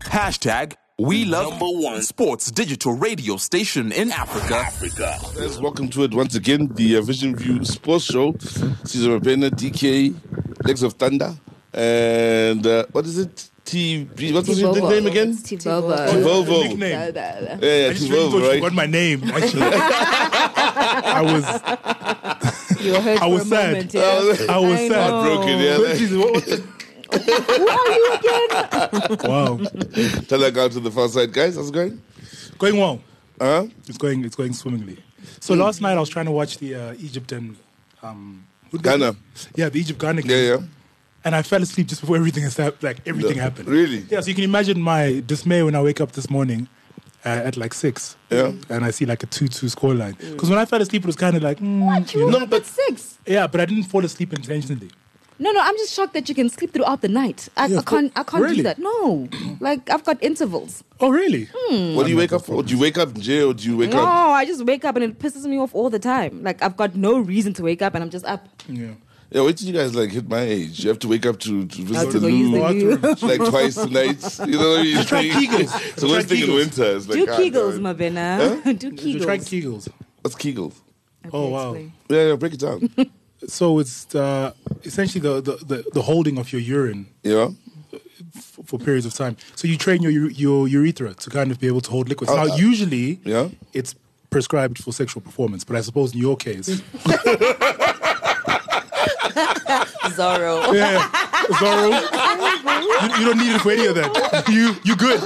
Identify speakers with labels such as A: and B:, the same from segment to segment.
A: Hashtag we love number one sports digital radio station in Africa.
B: Africa.
C: Yes, welcome to it once again, the uh, Vision View Sports Show. Cesar Rabena, DK, Legs of Thunder, and uh, what is it? TB, what was your
D: Tibobo.
C: nickname again?
D: Tibobo.
C: Tibobo.
E: Nickname.
D: Da, da, da.
C: Yeah, yeah,
E: I just really
C: Tibobo,
E: thought you
C: right?
E: forgot my name. Actually, I was
D: You were hurt
E: I was
D: for a
E: sad.
D: moment, yeah?
E: I was
D: I
E: sad.
D: know.
C: Broken, yeah. that-
E: Jesus, what- what the-
D: Who are you again?
E: wow,
C: Tell that guy to the far side, guys. How's it going?
E: going well.
C: Huh?
E: It's going it's going swimmingly. So last night I was trying to watch the uh, Egypt and um, who'd they-
C: Ghana.
E: Yeah, the Egypt Ghana. game.
C: Yeah, yeah.
E: And I fell asleep just before everything has hap- like everything
C: No,
E: happened.
C: really?
E: Yeah. So you can imagine my dismay when I wake up this morning. Uh, at like six,
C: Yeah.
E: and I see like a two-two scoreline. Because when I fell asleep, it was kind of like, mm, you know?
D: but six.
E: yeah, but I didn't fall asleep intentionally.
D: No, no, I'm just shocked that you can sleep throughout the night. I,
E: Yeah,
D: I can't. I can't
E: really?
D: do that. No, like I've got intervals.
E: Oh, really?
C: What do you wake up for? Do you wake up in jail or do you wake
D: Hmm. No,
C: up?
D: I just wake up and it pisses me off all the time. Like I've got no reason to wake up and I'm just up.
E: Yeah.
C: Yeah, wait till you guys like hit my age. You have to wake up to, to
D: I
C: visit
D: have to
C: the
D: go use
C: loo.
D: the
E: Bathroom.
D: loo.
C: like twice tonight. You know what I mean?
E: Just try Kegels.
C: It's the worst
E: Try
C: thing in
E: Kegels.
C: winter. It's like,
D: Do
C: ah,
D: Kegels,
C: no.
D: Mabena. Do
E: You try
D: Kegels.
E: Kegels.
C: What's Kegel?
E: Oh, wow.
D: explain.
C: Yeah, yeah, break it down.
E: So it's uh, essentially the, the, the, the holding of your urine
C: you know?
E: for, for periods of time. So you train your u- your urethra to kind of be able to hold liquids. now,
C: uh,
E: usually,
C: yeah.
E: it's prescribed for sexual performance, but I suppose in your case,
D: Zorro.
E: yeah, Zorro, you, you don't need it for any of that. You you good.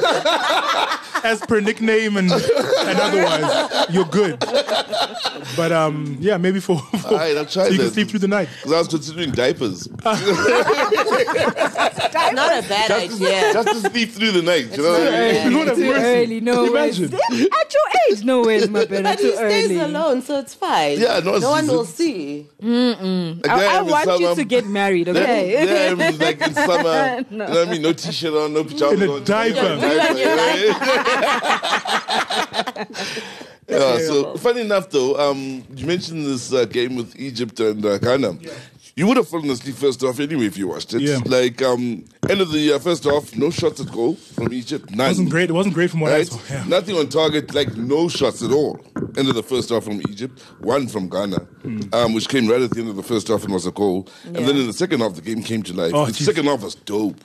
E: As per nickname and and otherwise, you're good. But um, yeah, maybe for, for
C: Alright, I'll try
E: so you
C: that.
E: can sleep through the night.
C: Because I was considering diapers.
D: Uh,
F: Not a bad idea.
C: Just to sleep through the night. You know what I mean?
E: You know that's
D: Too
E: mercy.
D: early, no way. At
E: Imagine.
D: your age, no way, Mabena.
F: But he
D: Too
F: stays
D: early.
F: alone, so it's fine.
C: Yeah, no, it's-
F: one will see.
C: Like, there
D: I, I
C: am in
D: want you
C: summer.
D: to get married,
C: There-
D: okay?
C: there I am, like in summer. You know what I mean? No t-shirt on, no pajamas
E: In a
C: on.
E: diaper.
C: diaper, yeah. Yeah, so funny enough though, um, you mentioned this uh, game with Egypt and uh, Ghana. You would have fallen asleep first half anyway if you watched it.
E: Yeah.
C: Like um, end of the uh, first half, no shots at goal from Egypt. None.
E: It wasn't great. It wasn't great from what I
C: Right?
E: saw. Yeah.
C: Nothing on target, like no shots at all. End of the first half from Egypt, one from Ghana,
E: Hmm.
C: um, which came right at the end of the first half and was a goal. And then in the second half, the game came to life.
E: Oh, Hmm.
C: the
E: geez.
C: second half was dope.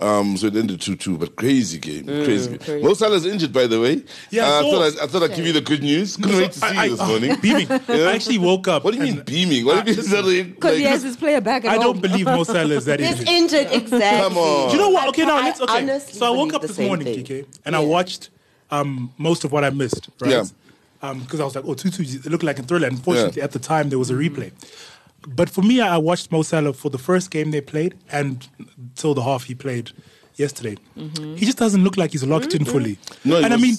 C: Um, so it ended 2 2, but crazy game. crazy game. Mo Salah's injured, by the way.
E: Hmm, Yeah, I
C: Uh, I,
E: saw.
C: thought I, I thought I'd give you the good news. Couldn't wait to see
E: I- I-
C: you this
E: oh,
C: morning.
E: beaming. I actually woke up.
C: What do you mean
E: and
C: beaming? What do you mean? is that like-
D: Because
C: like-
D: he has his player back at
E: I don't
D: home.
E: believe Mo Salah is that
F: He's
E: injured.
F: injured, exactly.
C: Come on.
E: Do you know what? Okay, now let's.
F: I
E: Okay,
F: honestly
E: so I woke
F: believe
E: up
F: the
E: this
F: same
E: morning,
F: thing.
E: KK, and I watched um, most of what I missed. Right?
C: Yeah.
E: Because I was like, oh, 2 2, it looked like a thriller. And Unfortunately,
C: Yeah.
E: at the time, there was a replay. But for me, I watched Mo Salah for the first game they played and till the half he played yesterday.
F: Mm-hmm.
E: He just doesn't look like he's locked in fully.
C: No, he
E: and I
C: was-
E: mean,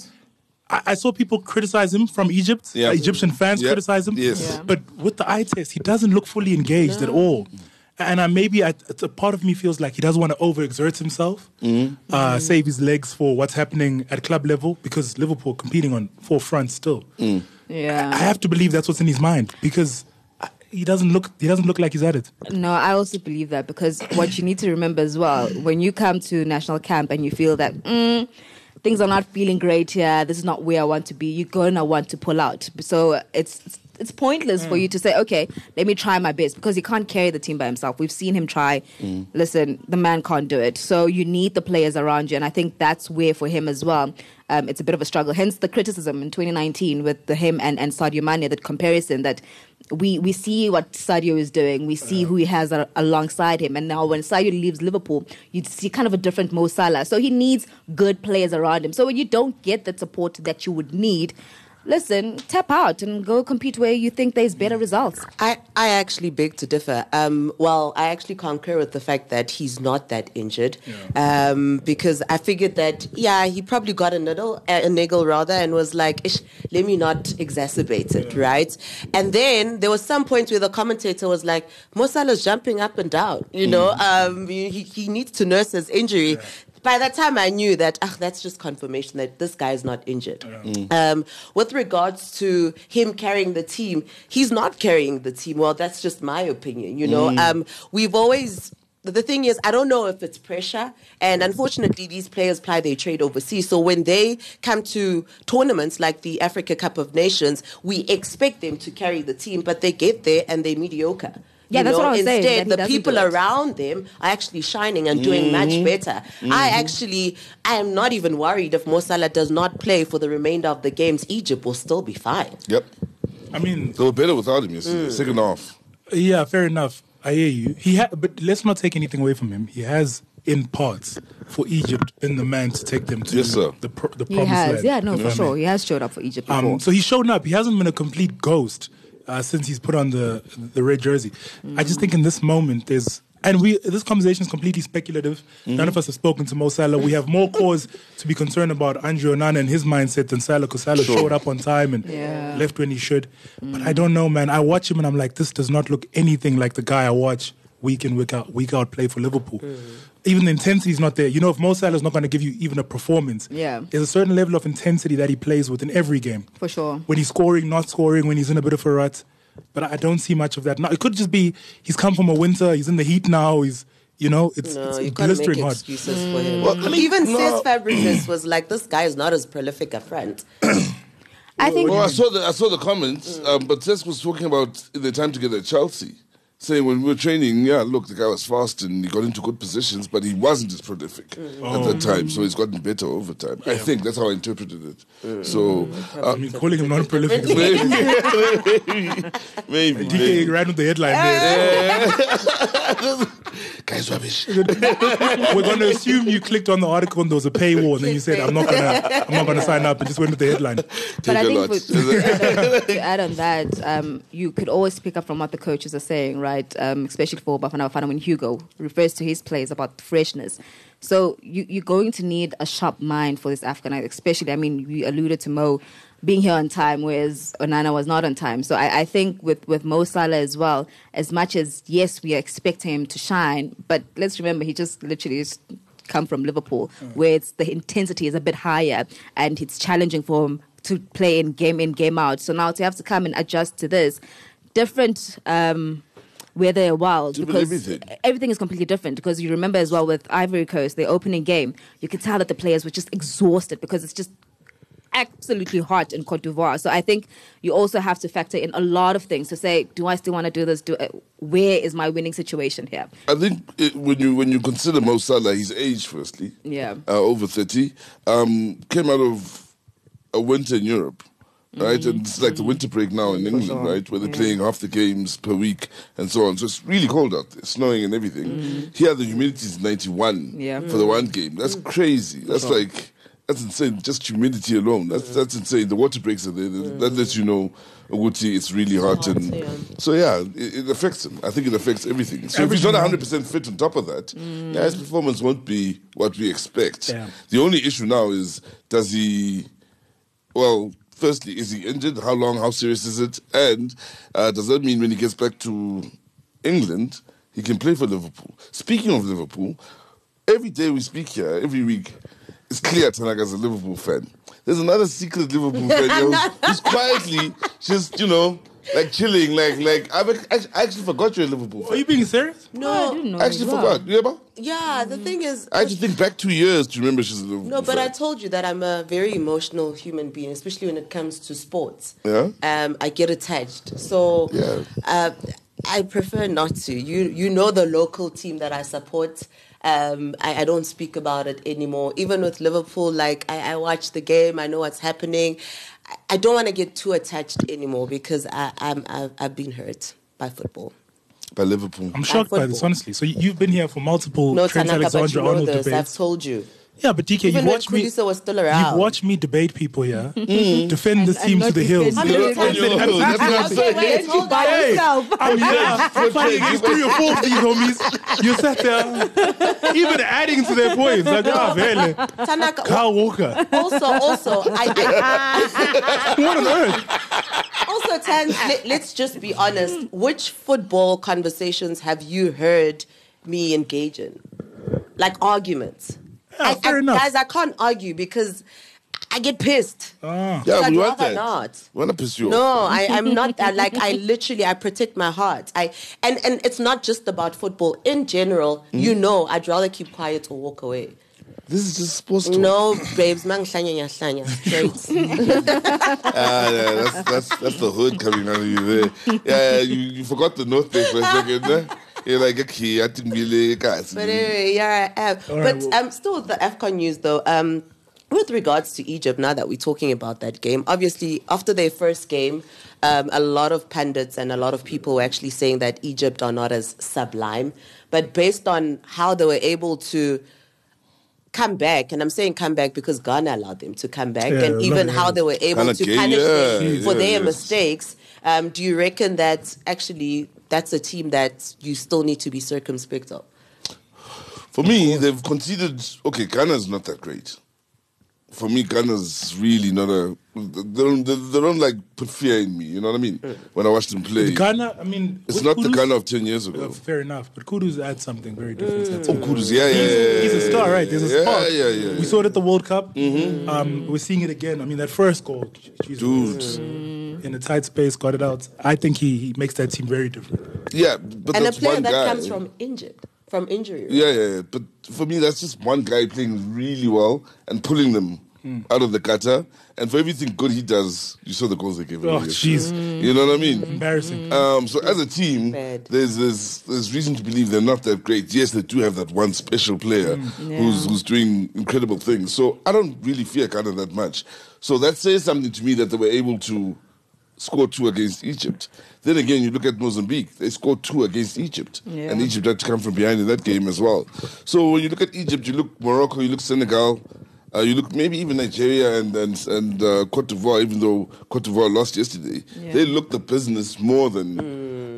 E: I, I saw people criticize him from Egypt,
C: Yeah.
E: Egyptian fans
C: Yeah.
E: criticize him.
C: Yes. Yeah.
E: But with the eye test, he doesn't look fully engaged at all. And I maybe I, it's a part of me feels like he doesn't want to overexert himself,
C: Mm-hmm.
E: uh, save his legs for what's happening at club level because Liverpool competing on four fronts still.
C: Mm.
E: I
D: Yeah.
E: have to believe that's what's in his mind because I- he doesn't look he doesn't look like he's at it.
D: No, I also believe that because what you need to remember as well, when you come to national camp and you feel that mm, things are not feeling great here, this is not where I want to be, you're gonna want to pull out. So it's it's pointless for you to say, okay, let me try my best because he can't carry the team by himself. We've seen him try.
E: Mm.
D: Listen, the man can't do it. So you need the players around you, and I think that's where for him as well. Um, it's a bit of a struggle. Hence the criticism in 2019 with the him and and Sadio Mane, that comparison that we we see what Sadio is doing. We see
E: Uh-huh.
D: who he has a, alongside him. And now when Sadio leaves Liverpool, you see kind of a different Mo Salah. So he needs good players around him. So when you don't get the support that you would need, listen, tap out and go compete where you think there's better results.
F: I, I actually beg to differ. Um, well, I actually concur with the fact that he's not that injured um, because I figured that, yeah, he probably got a niggle, a niggle rather, and was like, Ish, let me not exacerbate it, right? And then there was some point where the commentator was like, Mo Salah's jumping up and down, you
C: Mm.
F: know, um, he, he needs to nurse his injury. By that time, I knew that ah, that's just confirmation that this guy is not injured. Um, with regards to him carrying the team, he's not carrying the team. Well, that's just my opinion. You know, um, we've always the thing is, I don't know if it's pressure. And unfortunately, these players ply their trade overseas. So when they come to tournaments like the Africa Cup of Nations, we expect them to carry the team, but they get there and they're mediocre.
D: Yeah,
F: You
D: that's
F: know,
D: what I was saying,
F: Instead,
D: that he
F: the
D: doesn't
F: people
D: do it.
F: around them are actually shining and doing
C: Mm-hmm.
F: much better. I actually, I am not even worried if Mo Salah does not play for the remainder of the games. Egypt will still be fine.
C: Yep.
E: I mean,
C: They were better without him, you see.
E: Hmm.
C: Second half.
E: Yeah, fair enough. I hear you. He ha- but let's not take anything away from him. He has, in parts, for Egypt been the man to take them to
C: Yes, sir.
E: the pro- the
D: He
E: promised
D: has,
E: land.
D: yeah, no,
E: if I
D: for
E: may.
D: sure. He has showed up for Egypt before.
E: Um, so he's shown up. He hasn't been a complete ghost uh, since he's put on the the red jersey. I just think in this moment there's. And we, this conversation is completely speculative. None of us have spoken to Mo Salah. We have more cause to be concerned about Andrew Onana and his mindset than Salah, because Salah showed up on time and
D: Yeah.
E: left when he should. But I don't know, man. I watch him and I'm like, this does not look anything like the guy I watch week in, week out, week out play for Liverpool. Even the intensity is not there. You know, if Mo Salah is not going to give you even a performance,
D: Yeah.
E: there's a certain level of intensity that he plays with in every game.
D: For sure.
E: When he's scoring, not scoring, when he's in a bit of a rut. But I don't see much of that. Now, it could just be he's come from a winter, he's in the heat now, he's, you know, it's,
F: No, you
E: it's
F: can't make
E: blistering hot.
F: excuses for
D: Mm.
F: him.
C: Well, I mean,
F: Even
C: no.
F: Cesc Fabregas was like, this guy is not as prolific a front.
D: I think
C: Well, I saw the I saw the comments, um, but Cesc was talking about their time together at Chelsea, saying when we were training, yeah, look, the guy was fast and he got into good positions, but he wasn't as prolific at that time, so he's gotten better over time. I think that's how I interpreted it. So
E: I mean, calling him non prolific.
C: maybe, maybe, maybe,
E: DK
C: maybe.
E: ran with the headline there.
C: guy's rubbish.
E: We're going to assume you clicked on the article and there was a paywall, and then you said, "I'm not gonna, I'm not gonna sign up," and just went with the headline.
C: Take
D: I
C: a
D: think
C: lot.
D: with- to add on that, um, you could always pick up from what the coaches are saying, right? Um, especially for Bafana Bafana when Hugo refers to his plays about freshness. So you, you're going to need a sharp mind for this African, especially, I mean, you alluded to Mo being here on time, whereas Onana was not on time. So I, I think with, with Mo Salah as well, as much as, yes, we are expecting him to shine, but let's remember he just literally is come from Liverpool, where it's, the intensity is a bit higher and it's challenging for him to play in game in game out. So now to have to come and adjust to this different. Um, where they're wild
C: Different
D: because
C: everything.
D: everything is completely different because you remember as well with Ivory Coast the opening game you could tell that the players were just exhausted because it's just absolutely hot in Cote d'Ivoire. So I think you also have to factor in a lot of things to say, do I still want to do this? Do uh, where is my winning situation here?
C: I think it, when you when you consider Mo Salah, his age, firstly,
D: Yeah.
C: uh, over thirty, um, came out of a winter in Europe, right? And it's like the winter break now in England, right, where they're playing half the games per week and so on. So it's really cold out there, snowing and everything. Here, the humidity is ninety-one
D: Yeah.
C: for the one game. That's crazy. That's like that's insane. Just humidity alone. That's that's insane. The water breaks are there. That lets you know. Uguti, it's really hot, and so yeah, it, it affects him. I think it affects everything. So if he's not
E: Everything.
C: 100 percent fit on top of that, yeah, his performance won't be what we expect.
E: Yeah.
C: The only issue now is does he? Well, firstly, is he injured? How long? How serious is it? And uh, does that mean when he gets back to England, he can play for Liverpool? Speaking of Liverpool, every day we speak here, every week, it's clear Tanaka's a Liverpool fan. There's another secret Liverpool fan you know, who's quietly just you know. Like chilling, like like I've, act- I actually forgot you're a Liverpool. fan.
E: Are you being serious?
D: I
F: No,
D: didn't know Mm-hmm.
C: I actually
D: as well.
C: forgot. You remember?
F: yeah, the thing is,
C: I had to think back two years to remember she's a Liverpool.
F: No, but I
C: fan.
F: told you that I'm a very emotional human being, especially when it comes to sports.
C: Yeah.
F: Um, I get attached. So
C: Yeah.
F: uh, I prefer not to. You you know the local team that I support. Um, I, I don't speak about it anymore. Even with Liverpool, like I, I watch the game, I know what's happening. I, I don't want to get too attached anymore because I, I'm, I've, I've been hurt by football.
C: by Liverpool.
E: I'm shocked by this,
F: football.
E: honestly. So you- you've been here for multiple
F: No,
E: Trent
F: Tanaka, but you know
E: Alexander-Arnold
F: this. I've
E: debates.
F: told you.
E: Yeah, but DK,
F: Even
E: you've
F: when
E: watched me.
F: Kuliso was still around. Mm-hmm.
E: You've watched me debate people here, defend this
D: And-
E: team
D: and
E: to the
D: not
E: hills.
D: defend
F: How many
E: And
F: times-
E: said
C: That's what I'm
E: absolutely nothing.
C: saying.
D: Wait,
F: hold
D: you by
F: on.
D: yourself.
E: I'm here. Funny, these three or four of these homies, you sat there, even adding to their points. Like, ah, really?
F: Tanaka,
E: Kyle Walker.
F: also, also, I, I,
E: What on earth?
F: also, Tan, let, let's just be honest. Which football conversations have you heard me engage in? Like arguments.
E: Yeah,
F: I-
E: fair
F: I-
E: enough.
F: Guys, I can't argue because I get pissed.
E: Oh.
C: Yeah,
F: I'd
C: we want
F: rather
C: that.
F: not.
C: We want to piss you
F: No,
C: off.
F: I, I'm not that. Like I literally, I protect my heart. I and and it's not just about football in general. You
E: Mm.
F: know, I'd rather keep quiet or walk away.
C: This is just supposed to.
F: No, babes, manglanya nyahlanya. Straight.
C: Ah, yeah, that's, that's, that's the hood coming out of you there. Yeah, you, you forgot the North Bay for a second. eh? You're like, okay, I think we like us.
F: But anyway, yeah, I am.
E: All right,
F: but
E: well-
F: um, still with the AFCON news though. Um, with regards to Egypt, now that we're talking about that game, obviously after their first game, um, a lot of pundits and a lot of people were actually saying that Egypt are not as sublime. But based on how they were able to come back, and I'm saying come back because Ghana allowed them to come back,
E: Yeah,
F: and even
E: look,
F: how they were able
C: Ghana
F: to
C: game,
F: punish
C: yeah,
F: them for
C: yeah,
F: their
C: yes.
F: mistakes. Um, do you reckon that actually that's a team that you still need to be circumspect of?
C: For me, they've conceded. Okay, Ghana's not that great. For me, Ghana's really not a. They don't, they, they don't like put fear in me. You know what I mean?
F: Mm.
C: When I watch them play,
E: Ghana, I mean,
C: it's
E: with
C: not the
E: Kudus-
C: Ghana of ten years
E: Uh,
C: ago.
E: fair enough, but Kudu's adds something very different.
C: Oh, Kudus, yeah, yeah, yeah,
E: He's a star, right? There's a
C: yeah,
E: spark.
C: Yeah, yeah, yeah.
E: We saw it at the World Cup. Um, we're seeing it again. I mean, that first goal, Jesus,
C: Dude.
E: in a tight space, got it out. I think he, he makes that team very different.
C: yeah, but
F: and a
C: that's
F: player
C: one
F: that
C: guy.
F: comes from injured, from injury. right?
C: Yeah, yeah, yeah. But for me, that's just one guy playing really well and pulling them
E: Hmm.
C: out of the gutter. And for everything good he does, you saw the goals they gave him.
E: Oh,
C: yesterday.
E: jeez. Hmm.
C: You know what I mean?
F: Mm.
E: Embarrassing.
C: Um, so as a team,
F: Bad.
C: there's, there's there's reason to believe they're not that great. Yes, they do have that one special player
D: Mm, Yeah.
C: who's who's doing incredible things. So I don't really fear Ghana that much. So that says something to me that they were able to score two against Egypt. Then again, you look at Mozambique; they scored two against Egypt,
D: Yeah.
C: and Egypt had to come from behind in that game as well. So when you look at Egypt, you look Morocco, you look Senegal. Uh, you look maybe even Nigeria and and, and uh, Cote d'Ivoire, even though Cote d'Ivoire lost yesterday,
D: Yeah. Mm.
C: they look the business more than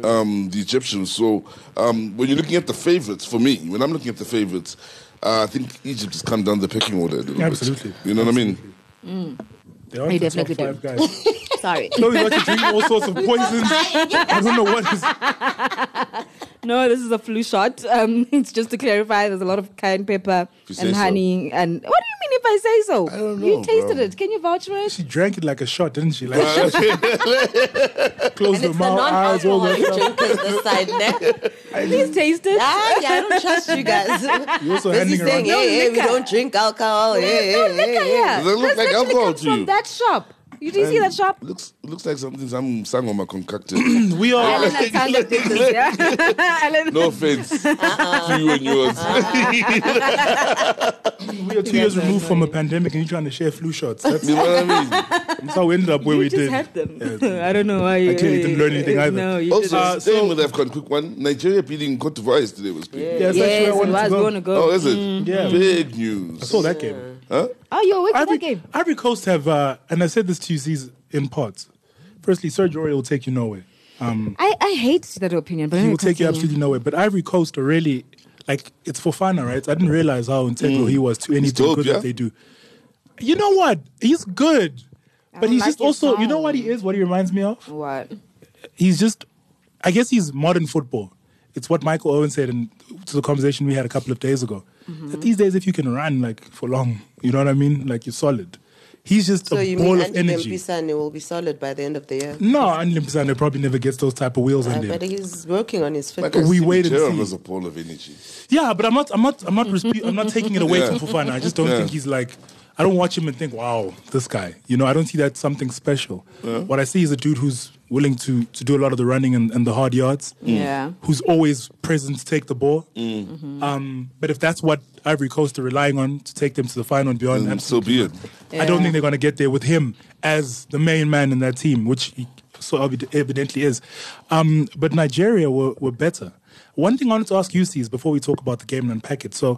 C: um, the Egyptians. So um, when you're looking at the favorites, for me, when I'm looking at the favorites, uh, I think Egypt has come down the pecking order a little bit.
E: Absolutely.
C: You know what I mean?
E: They are
D: They
E: the top
D: definitely
E: five
D: do.
E: guys.
D: Sorry.
E: Chloe's about to drink all sorts of poisons. I don't know what is.
D: No, this is a flu shot. Um, it's just to clarify. There's a lot of cayenne pepper
C: If you say
D: and
C: so.
D: honey. And what do you mean if I say so?
C: I don't know,
D: You tasted
C: bro.
D: it. Can you vouch for it?
E: She drank it like a shot, didn't she? Like, closed
F: And
E: her
F: it's the
E: mouth, eyes, all that
F: non-alcoholic
E: stuff.
F: drinkers this side there.
D: Please taste it.
F: Ah, yeah, I don't trust you guys.
E: You're also
F: Busy
E: handing
F: saying,
E: around.
F: hey, hey, we
D: liquor.
F: don't drink alcohol. Hey,
D: No
F: hey, hey,
D: liquor
F: hey.
D: here.
C: Does that look
D: This
C: like
D: literally
C: alcohol
D: comes
C: to
D: from
C: you?
D: that shop. You do you see that shop?
C: Looks looks like something some Sangoma concocted.
E: We are.
D: Alan Alexander did this, yeah. Alan-
C: No offense to you and yours.
E: We are two years removed from a pandemic and you're trying to share flu shots. That's,
C: you know what
E: Uh,
C: I mean?
E: that's how we ended up where
D: you
E: we
D: just
E: did.
D: had them.
E: Yeah.
D: I don't know why you
E: clearly didn't learn anything either.
D: No, you
C: Also,
D: didn't.
E: Uh,
C: staying
E: so-
C: with AFCON, quick one. Nigeria beating Cote d'Ivoire yesterday was big.
E: Yes,
D: yes,
E: actually, I
D: it
E: wanted
D: was
E: to go.
D: going to go.
C: Oh, is it?
E: Mm, Yeah.
C: Big news.
E: I saw that game.
D: Oh, you're awake for
E: Ivory,
D: that game.
E: Ivory Coast have, uh, and I said this to you Z's, in parts. Firstly, Serge Aurier will take you nowhere. Um,
D: I, I hate that opinion, but
E: He
D: anyway,
E: will take you
D: continue.
E: absolutely nowhere. But Ivory Coast are really, like, it's for fun, right? I didn't realize how integral he was to anything
C: dope,
E: good
C: yeah?
E: that they do. You know what? He's good. But
D: don't
E: he's
D: like
E: just
D: his
E: also, you know
D: song.
E: what he is, what he reminds me of?
D: What?
C: Mm.
E: he's just I guess he's modern football. It's what Michael Owen said in to the conversation we had a couple of days ago.
F: Mm-hmm.
E: That these days if you can run like for long, you know what I mean? Like you're solid. He's just
F: So
E: a
F: you mean
E: ball of
F: Andy
E: energy.
F: Mpisane will be solid by the end of the year?
E: No, and Limpisane probably never gets those type of wheels
F: Uh,
E: on
F: but
E: there.
F: he's working on his
C: Like
F: fitness.
C: I
E: We
C: said,
E: wait and
C: Gerald
E: see.
C: was a ball of energy.
E: Yeah, but I'm not I'm not I'm not respe- I'm not taking it away
C: Yeah.
E: from Fofana. I just don't
C: Yeah.
E: think he's like I don't watch him and think, wow, this guy. You know, I don't see that something special. What I see is a dude who's willing to to do a lot of the running and, and the hard yards.
D: Yeah.
E: who's always present to take the ball. Um, but if that's what Ivory Coast are relying on to take them to the final and beyond,
C: And so
E: absolutely
C: be it.
E: I don't
D: Yeah.
E: think they're going to get there with him as the main man in that team, which he so obvi- evidently is. Um, but Nigeria were, were better. One thing I wanted to ask you, is before we talk about the game and unpack it. So,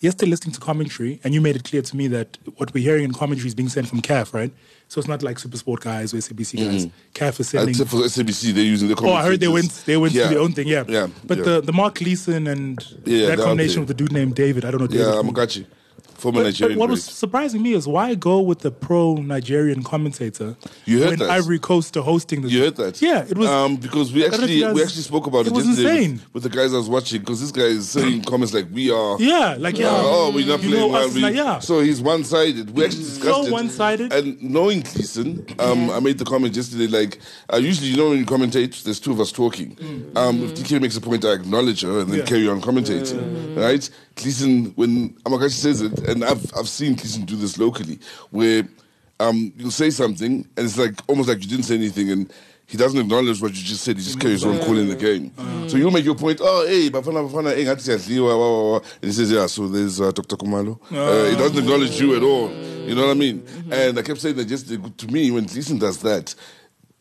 E: yesterday, listening to commentary, and you made it clear to me that what we're hearing in commentary is being sent from CAF, right? So, it's not like Super Sport guys or SABC guys. CAF is sending.
C: Except for SABC, they're using the
E: Oh, I heard they went. They went
C: Yeah.
E: to their own thing. Yeah,
C: Yeah.
E: But
C: yeah.
E: the the Mark Leeson and
C: Yeah,
E: that
C: that
E: combination
C: was
E: with the dude named David. I don't know. David
C: Yeah,
E: who-
C: Amokachi. Former
E: But, but
C: Nigerian
E: what was
C: great.
E: surprising me is why go with the pro Nigerian commentator
C: You heard
E: when
C: that?
E: Ivory Coast are hosting this?
C: You heard that?
E: Yeah, it was.
C: um, because we
E: I don't know if
C: actually
E: you guys-
C: we actually spoke about it,
E: it was
C: yesterday with-
E: insane.
C: With, the guys I was watching because this guy is saying comments like we are.
E: yeah, like yeah.
C: oh, we're not
E: you
C: playing
E: know
C: well.
E: us,
C: we-
E: like, yeah.
C: So he's one sided. We actually discussed it.
E: one-sided.
C: And knowing Gleason, um, I made the comment yesterday like, uh, usually, you know, when you commentate, there's two of us talking. Um, if TK makes a point, I acknowledge her and then
E: Mm. Yeah.
C: carry on commentating. Right? Gleason, when Amakashi says it, and I've, I've seen Gleason do this locally, where um, you'll say something and it's like almost like you didn't say anything and he doesn't acknowledge what you just said. He just carries on calling the game. So you'll make your point. Oh, hey, Bafana Bafana, hey, Ngati Siyadliwa, wah, wah, wah." And he says, yeah, so there's uh, Dr. Kumalo. Uh, he doesn't acknowledge you at all. You know what I mean? And I kept saying that just to me, when Gleason does that,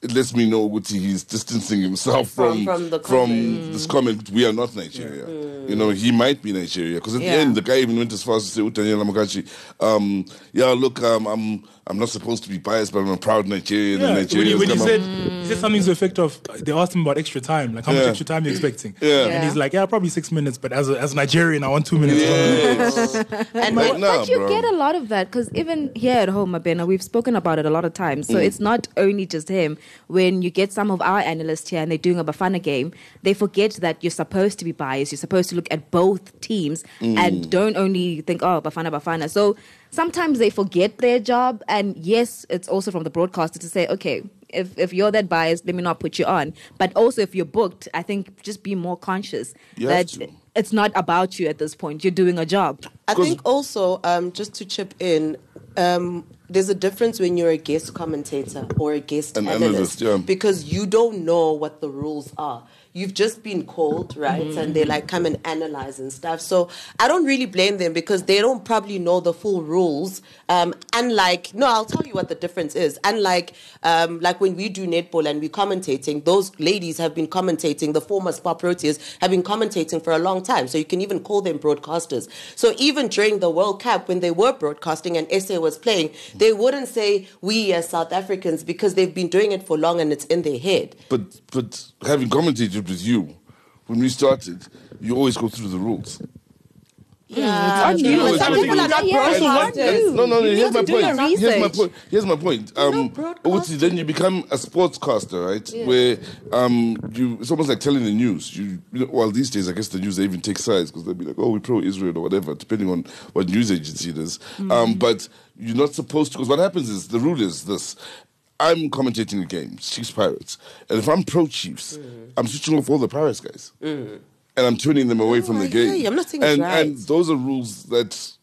C: it lets me know Guti he's distancing himself from
F: From-
C: from,
F: from the
C: this comment. We are not Nigeria. You know, he might be Nigeria because at the
F: Yeah.
C: end, the guy even went as far as to say, "Utanyela Magachi, um, yeah, look, um, I'm I'm not supposed to be biased, but I'm a proud Nigerian."
E: Yeah,
C: and
E: when he,
C: Nigerians
E: when he
C: come
E: said
C: up-
E: he said something to the effect of they asked him about extra time, like how much
C: Yeah.
E: extra time you expecting,
C: Yeah.
E: and he's like, yeah, probably six minutes, but as a, as a Nigerian, I want two minutes.
C: Yes.
F: And
C: Like,
F: but-
C: nah,
D: but you
C: bro.
D: get a lot of that because even here at home, Abena, we've spoken about it a lot of times.
C: Mm.
D: So it's not only just him. When you get some of our analysts here and they're doing a Bafana game, they forget that you're supposed to be biased. You're supposed to look at both teams
C: Mm.
D: and don't only think, oh, Bafana, Bafana. So sometimes they forget their job. And yes, it's also from the broadcaster to say, okay, if, if you're that biased, let me not put you on. But also, if you're booked, I think just be more conscious
C: You have
D: that
C: to.
D: it's not about you at this point. You're doing a job.
F: I
C: 'Cause-
F: think also, um, just to chip in, um, there's a difference when you're a guest commentator or a guest
C: An analyst,
F: analyst,
C: yeah.
F: because you don't know what the rules are. You've just been called, right? And they like come and analyze and stuff. So I don't really blame them because they don't probably know the full rules. Um, unlike, no, I'll tell you what the difference is. Unlike, um, like when we do netball and we're commentating, those ladies have been commentating, the former Spa Proteas have been commentating for a long time. So you can even call them broadcasters. So even during the World Cup, when they were broadcasting and SA was playing, they wouldn't say we as South Africans because they've been doing it for long and it's in their head.
C: But but having commentated with you when we started, you always go through the rules.
F: Yeah,
C: You know,
F: some
C: it's-
F: people are not
D: Yeah, it's
C: And-
D: hard
F: broadcasters.
D: to-
C: and- No, no, no.
D: You
C: Here's
D: have
C: my
D: to do
C: point.
D: your
C: Here's my
D: research.
C: point. Here's my point. Um,
F: not broadcasting.
C: Uti, then you become a sportscaster, right? Where um, you it's almost like telling the news. You, you know, well, these days I guess the news they even take sides because they'll be like, oh, we pro Israel or whatever, depending on what news agency it is. Um, but you're not supposed to. Because what happens is the rule is this. I'm commentating the game, Chiefs Pirates, and if I'm pro Chiefs, I'm switching off all the Pirates guys, and I'm turning them away from
F: I
C: the
F: hear
C: game.
F: you. I'm not saying it's
C: and,
F: right.
C: and those are rules that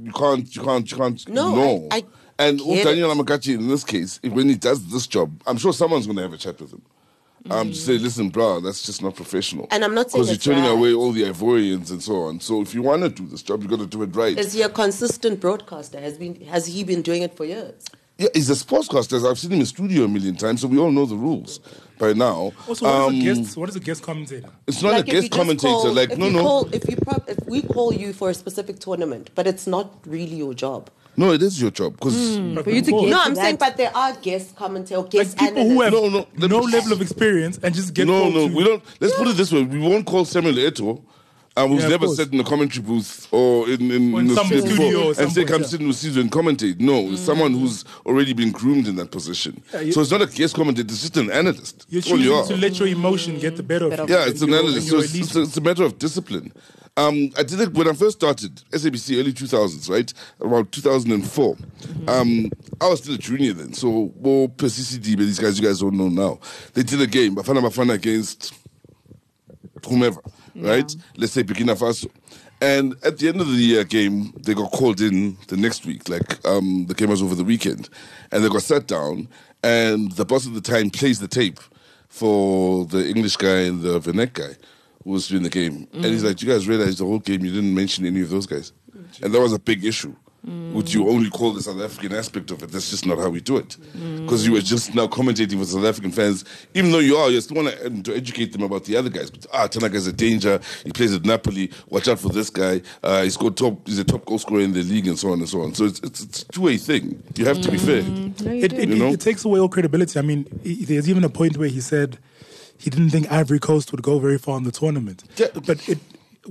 C: you can't, you can't, you can't
F: No,
C: know.
F: I- I
C: and
F: get
C: Daniel Amakachi, in this case, if- when he does this job, I'm sure someone's going to have a chat with him. Um, to say, listen, bro, that's just not professional.
F: And I'm not saying
C: because you're
F: it's
C: turning
F: right.
C: away all the Ivorians and so on. So if you want to do this job, you got to do it right.
F: Is he a consistent broadcaster? Has been has he been doing it for years?
C: yeah, he's a sportscaster. I've seen him in studio a million times, so we all know the rules by now.
E: Also, what
C: Um,
E: is a guest? What is a guest commentator?
C: It's not
F: Like,
C: a
F: if you
C: guest
F: just
C: commentator.
F: call-
C: like
F: if
C: no,
F: you
C: no,
F: Call, if you prob- if we call you for a specific tournament, but it's not really your job.
C: no. It is your job because
F: Hmm.
D: For you to
E: Before.
D: get
F: No,
D: to
F: I'm
D: that-
F: saying, but there are guest commentators,
E: like
F: guest
E: people who
F: analysts.
E: have
C: No, no,
E: no,
C: let me-
E: level of experience and just get
C: no,
E: called
C: no,
E: to-
C: we don't. Let's put it this way: we won't call Samuel Eto, and who's
E: Yeah, of
C: never
E: course.
C: sat in the commentary booth or in in,
E: Or
C: in
E: in
C: the
E: some
C: studio
E: studio
C: before
E: or
C: and say,
E: somewhere,
C: "Come
E: yeah. Mm.
C: sit in the studio and commentate." No, it's someone who's already been groomed in that position.
E: you-
C: so it's not a guest commentator; it's just an analyst.
E: You're
C: That's all you
E: choosing
C: are.
E: to let your emotion get the better of you.
C: Yeah, it's an
E: You're-
C: analyst. So
E: you're
C: it's,
E: at least-
C: it's, a, it's a matter of discipline. Um, I did it when I first started SABC early 2000s, right? Around 2004.
E: Mm-hmm.
C: Um, I was still a junior then. So, well, per CCD, but these guys you guys don't know now. They did a game, Bafana Bafana against whomever, right? Let's say Burkina Faso. And at the end of the uh, game, they got called in the next week. Like um, the game was over the weekend, and they got sat down. And the boss at the time plays the tape for the English guy and the Venek guy who was doing the game. And he's like, "You guys realize the whole game you didn't mention any of those guys, and that was a big issue." Would you only call the South African aspect of it? That's just not how we do it. Because you were just now commentating for South African fans, even though you are, you still want to, um, to educate them about the other guys. But, ah, Tanaka's a danger. He plays at Napoli. Watch out for this guy. Uh, he's got top. He's a top goal scorer in the league, and so on and so on. So it's it's, it's a two way thing. You have to be fair.
D: Mm.
E: it, it,
C: You know?
E: it, it takes away all credibility. I mean, i there's even a point where he said he didn't think Ivory Coast would go very far in the tournament.
C: Yeah.
E: But it,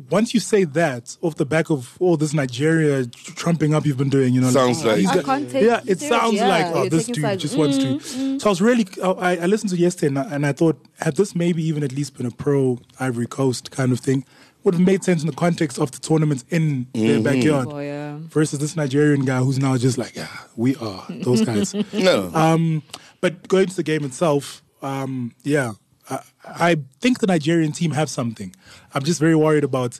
E: once you say that off the back of all this Nigeria tr- trumping up you've been doing, you know,
C: Sounds
E: oh,
C: like-
E: he's
C: I
E: got-
D: can't take
E: yeah,
D: you
E: it
D: serious.
E: sounds
D: Yeah,
E: like oh,
D: you're
E: this
D: taking
E: dude
D: sides.
E: just wants to. mm. So I was really, I, I listened to yesterday and I, and I thought, had this maybe even at least been a pro Ivory Coast kind of thing, would have made sense in the context of the tournament in their backyard
D: Oh, yeah.
E: versus this Nigerian guy who's now just like, yeah, we are those guys.
C: No.
E: Um, but going to the game itself, um, yeah, I, I think the Nigerian team have something. I'm just very worried about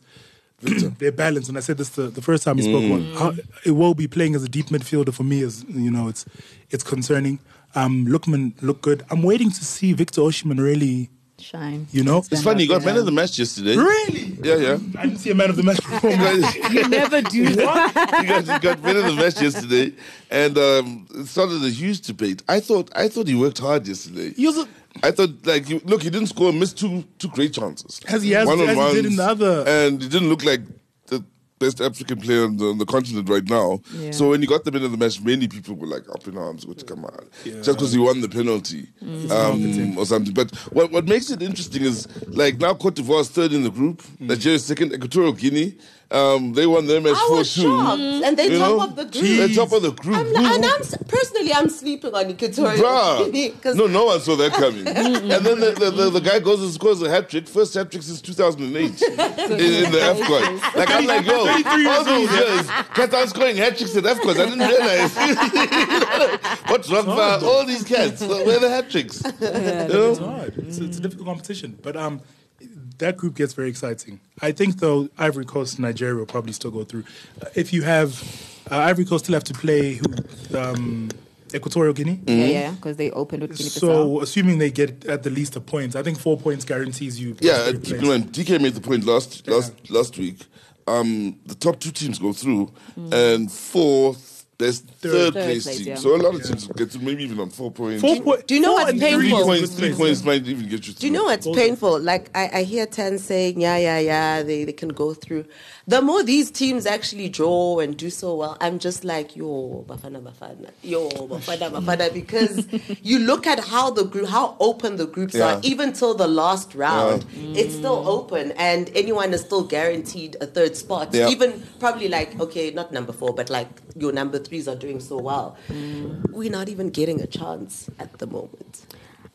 E: their balance, and I said this the, the first time we spoke. One, how, it will be playing as a deep midfielder for me. Is you know, it's it's concerning. Um, Lookman look good. I'm waiting to see Victor Osimhen really.
D: Shine.
E: You know?
C: it's funny, you got man of the match yesterday.
E: Really,
C: Yeah, yeah.
E: I didn't see a man of the match perform.
C: You
E: like-
C: got-
D: Never do
C: you got, you got man of the match yesterday, and um, it started a huge debate. I thought, I thought he worked hard yesterday.
E: He was a-
C: I thought, like, you, look, he didn't score, missed two two great chances.
E: As he has- as he did
C: One-on-ones,
E: in the other.
C: and he didn't look like the best African player on the, on the continent right now.
D: Yeah.
C: So when he got the man of the match, many people were like up in arms, "What come on?" Just because he won the penalty
F: Mm.
C: um, or something. But what what makes it interesting is like now Cote d'Ivoire's third in the group,
E: Hmm.
C: Nigeria's second, Equatorial Guinea. Um, they won their match
F: I
C: four
F: was shocked.
C: two.
F: And they
C: You
F: top
C: know?
F: up the group.
C: They're top of the group.
F: I'm, and I'm s- personally, I'm sleeping on Equatorial Guinea.
C: Bruh.
F: 'cause
C: No, no one saw that coming. and then the, the, the, the guy goes and scores a hat trick, first hat trick since 2008 in, in the AFCON. Like, I'm like, yo, all those years, cats are scoring hat tricks at AFCON. I didn't realize. What's wrong with all these cats? Where are the hat tricks? You know?
E: It's hard. It's,
F: Mm.
E: it's a difficult competition, but um, that group gets very exciting. I think though Ivory Coast and Nigeria will probably still go through. Uh, if you have uh, Ivory Coast, still have to play who, um, Equatorial Guinea.
C: Mm.
D: Yeah, yeah, because they opened with Guinea
E: So assuming they get at the least a point, I think four points guarantees you.
C: Yeah, uh,
E: first
C: and keep in
E: place.
C: mind, DK made the point last last last week. Um, the top two teams go through, and fourth, there's third,
D: Third
C: place,
D: place,
C: team.
D: yeah.
C: So a lot of teams get to maybe even on four points.
E: Four po-
F: Do you know
E: four
F: what's
E: and three
C: Three
E: is a
F: painful?
E: good
C: points, three
E: place.
C: points might even get you.
F: Do you know what's painful? Like I, I hear Tan saying, yeah, yeah, yeah, they, they can go through. The more these teams actually draw and do so well, I'm just like, yo, Bafana Bafana, yo, Bafana Bafana, because you look at how the group, how open the groups
C: Yeah.
F: are, even till the last round, it's still open, and anyone is still guaranteed a third spot.
C: Yeah.
F: Even probably like, okay, not number four, but like your number threes are doing so well. We're not even getting a chance at the moment.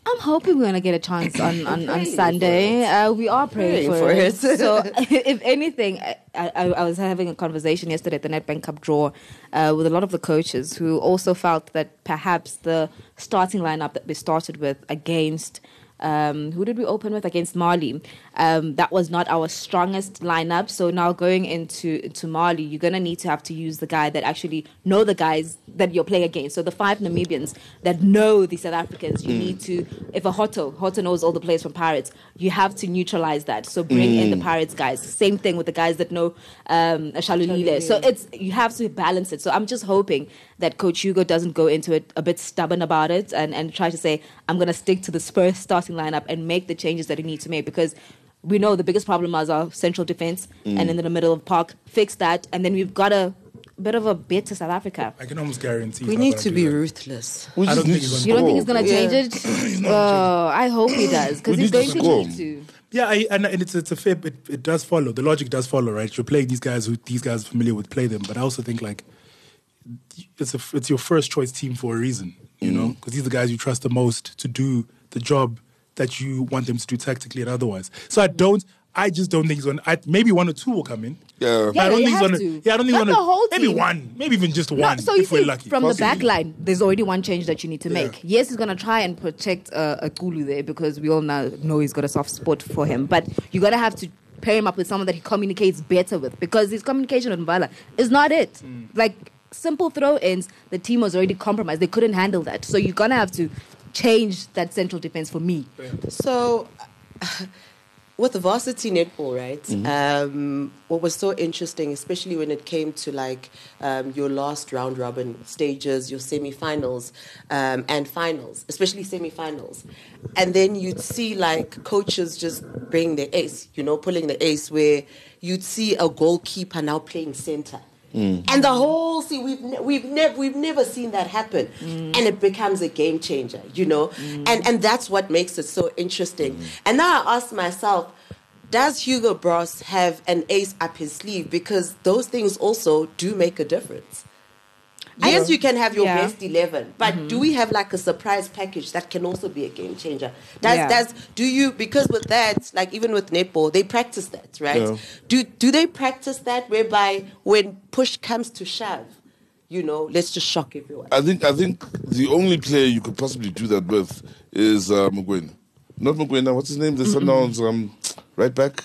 D: I'm hoping we're gonna get a chance on on, on
F: Praying for
D: Sunday. Uh, we are praying,
F: Praying
D: for,
F: for
D: it.
F: it.
D: so, if anything, I, I, I was having a conversation yesterday at the NetBank Cup draw uh, with a lot of the coaches who also felt that perhaps the starting lineup that we started with against. Um, who did we open with against Mali? Um, that was not our strongest lineup. So now going into to Mali, you're gonna need to have to use the guy that actually know the guys that you're playing against. So the five Namibians that know the South Africans, you need to. If a Hoto, Hoto knows all the players from Pirates, you have to neutralize that. So bring in the Pirates guys. Same thing with the guys that know um, a Shalulile. So it's you have to balance it. So I'm just hoping that Coach Hugo doesn't go into it a bit stubborn about it and and try to say I'm going to stick to the Spurs starting lineup and make the changes that he needs to make because. We know the biggest problem is our central defense, and in the middle of park, fix that, and then we've got a bit of a bit to South Africa.
E: I can almost guarantee.
F: We
E: how
F: need
E: they'll
F: to
E: do
F: be
E: that.
F: ruthless.
C: We
E: I
C: just
E: don't
C: need
E: think
C: to
E: he's gonna-
D: You don't think he's
C: score,
D: gonna
F: Yeah.
D: change it? Oh, I hope he does because
C: We
D: he's
C: need to
D: going to
C: score.
D: need to.
E: Yeah, I, and, and it's it's a fair. It, it does follow. The logic does follow, right? You're playing these guys who these guys are familiar with. Play them, but I also think like it's a, it's your first choice team for a reason, you know,
C: Mm.
E: because these are the guys you trust the most to do the job that you want them to do tactically and otherwise. So I don't. I just don't think he's on. I, maybe one or two will come in.
C: Yeah.
E: I
D: Yeah,
E: don't
D: you
E: think he's
D: have
E: on.
D: to.
E: Yeah, I don't think
D: Not
E: he's
D: the whole
E: on. Maybe
D: team.
E: one. Maybe even just one.
D: No, so you
E: if we're
D: see,
E: lucky.
D: from the
C: Possibly.
D: back line, there's already one change that you need to make.
E: Yeah.
D: Yes, he's going to try and protect uh, a Kulu there because we all now know he's got a soft spot for him. But you got to have to pair him up with someone that he communicates better with because his communication with Mbala is not it. Like simple throw ins, the team was already compromised. They couldn't handle that. So you're going to have to change that central defense for me.
F: So, with the varsity netball, right? Um, what was so interesting, especially when it came to like um, your last round robin stages, your semifinals um, and finals, especially semifinals, and then you'd see like coaches just bring the ace, you know, pulling the ace, where you'd see a goalkeeper now playing center. And the whole see we've ne- we've never we've never seen that happen, and it becomes a game changer, you know, and and that's what makes it so interesting. And now I ask myself, does Hugo Bros have an ace up his sleeve? Because those things also do make a difference. Yes, you can have your
D: Yeah. Mm-hmm.
F: best eleven, but do we have like a surprise package that can also be a game changer? Does
D: Yeah.
F: does do you because with that, like even with netball, they practice that, right?
C: Yeah.
F: Do do they practice that whereby when push comes to shove, you know, let's just shock everyone.
C: I think I think the only player you could possibly do that with is uh, Mugwena. Not Mugwena, what's his name? The Sundowns um, right back.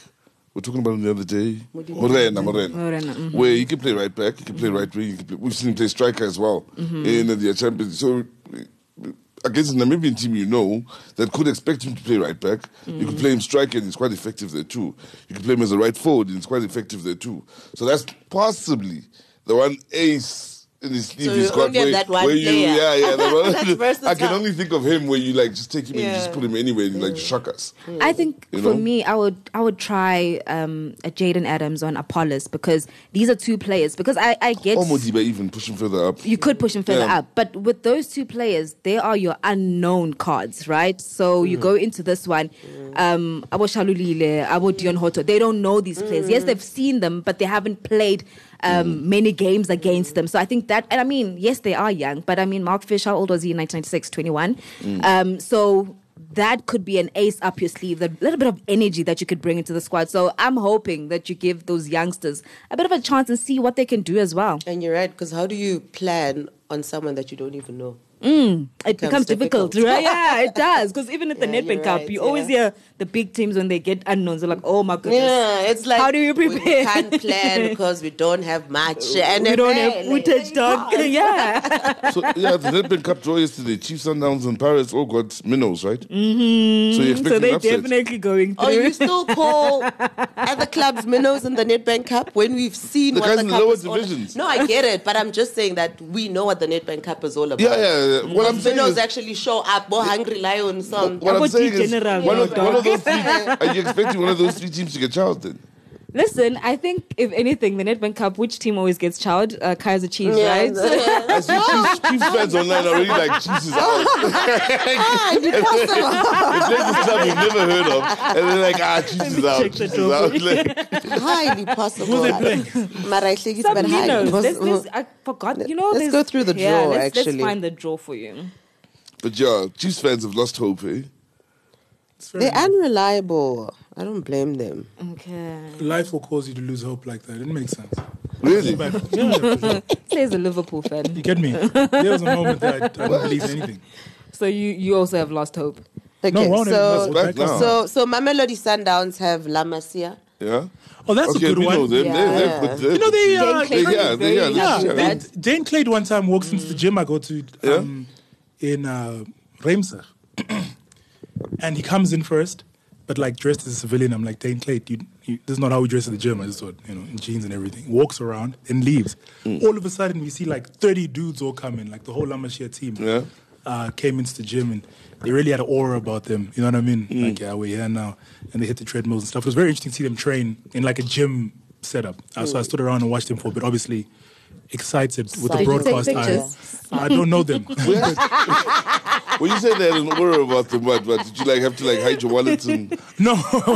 C: We're talking about him the other day. Morena, Morena.
D: Morena, mhm.
C: Where he can play right back, he can play right wing. He can play, we've seen him play striker as well in the Champions So uh, against a Namibian team you know that could expect him to play right back, you could play him striker and he's quite effective there too. You could play him as a right forward and he's quite effective there too. So that's possibly the one ace in his
F: So
C: he's
F: you
C: got
F: only have
C: where-
F: that one
C: where you-
F: player.
C: yeah, yeah. that one-
F: That's versatile.
C: I can only think of him where you like just take him and you
F: Yeah.
C: just put him anywhere and you like shock us.
D: I think
C: Mm. You
D: for
C: know?
D: me, I would I would try um, a Jaden Adams on Apollos because these are two players. Because I I get
C: Or Modiba even push him further up.
D: you could push him further
C: Yeah.
D: up, but with those two players, they are your unknown cards, right? So you go into this one, um, Abo Shalulile, Abo Dion Hoto. They don't know these players. Yes, they've seen them, but they haven't played um, many games against them. So I think that, and I mean, yes, they are young, but I mean, Mark Fish, how old was he in 1996? 21. Um, so that could be an ace up your sleeve, that little bit of energy that you could bring into the squad. So I'm hoping that you give those youngsters a bit of a chance and see what they can do as well.
F: And you're right, because how do you plan on someone that you don't even know?
D: it becomes
F: becomes
D: difficult,
F: difficult.
D: right? Yeah, it does. Because even at the
F: Yeah,
D: NetBank
F: you're
D: Cup,
F: right,
D: you always
F: yeah.
D: hear the big teams when they get unknowns. They're like, oh my goodness.
F: Yeah, it's like
D: How do you
F: we-
D: prepare?
F: We can't plan because we don't have much, and
D: We
F: then,
D: don't
F: hey,
D: have
F: like,
D: footage, dog. Yeah.
C: so yeah, the Red Bull Cup draw yesterday. Chiefs Sundowns and Pirates all got minnows, right? Mm-hmm. So you expect
D: so
C: an
D: they're
C: upset.
D: definitely going
F: Oh, you
D: through.
F: still call other clubs minnows in the NetBank Cup when we've seen
C: The
F: what
C: guys
F: the
C: in the
F: cup
C: lower
F: is all-
C: divisions.
F: No, I get it, but I'm just saying that we know what the NetBank Cup is all about.
C: Yeah, yeah. yeah. What I'm saying
F: Minnows
C: is,
F: actually show up. More hungry lions um, on.
C: what I'm
D: About
C: saying
D: the
C: is,
D: general,
C: one of,
D: yeah,
C: one of
D: dog.
C: those three, are you expecting one of those three teams to get charged then?
D: Listen, I think if anything, the NetBank Cup, which team always gets chowed? Uh, Kaiser Chiefs,
F: Yeah,
D: right?
F: the-
C: I see Chiefs, Chiefs fans online already like Chiefs is out. It's like this club we've never heard of, and they're like, ah, Chiefs is out.
D: check the
C: Chiefs is out. Like,
F: highly possible.
E: Who's it playing?
F: But I think it's
D: Some
F: been highly
D: Minos. There's
F: possible.
D: this- I forgot. You know,
F: uh, Let's
D: there's-
F: go through the
D: yeah,
F: draw,
D: let's,
F: actually.
D: let's find the draw for you.
C: But yeah, Chiefs fans have lost hope, eh?
F: They're unreliable. I don't blame them.
D: Okay.
E: Life will cause you to lose hope like that. It makes sense.
C: Really?
E: But, yeah,
D: There's a Liverpool
E: you
D: fan,
E: get me. There was a moment that I, I didn't believe in anything.
D: so you you also have lost hope.
F: Okay,
E: No, Ronan
F: so
E: was
C: back now.
F: so so Mamelodi Sundowns have La Masia.
C: Yeah.
E: Oh, that's
C: okay,
E: a good
C: we
E: one.
C: know them. They're,
F: Yeah.
C: they're, but they're,
E: You know, they uh,
D: Jane Clayton
C: They- yeah, Mm.
D: is
C: they-
D: very
C: yeah,
D: happy
C: they-
D: with
C: yeah.
D: that.
E: Jane, Jane Clayton one time walked into the gym I go to um, in uh, Reimser. and he comes in first, but like dressed as a civilian. I'm like, Dane Clayton, you, you, this is not how we dress at the gym. I just thought, you know, in jeans and everything. Walks around and leaves. All of a sudden, we see like 30 dudes all come in, like the whole Lamashia team.
C: Yeah.
E: Uh, came into the gym and they really had an aura about them. You know what I mean? Like, yeah, we're here now. And they hit the treadmills and stuff. It was very interesting to see them train in like a gym setup. Uh, So I stood around and watched them for a bit, obviously excited with the
F: Did you take
E: broadcast
D: pictures?
E: eye. I don't know them.
C: When you say they had an aura about them, what, what, did you like have to like hide your wallet and like
E: no.
C: oh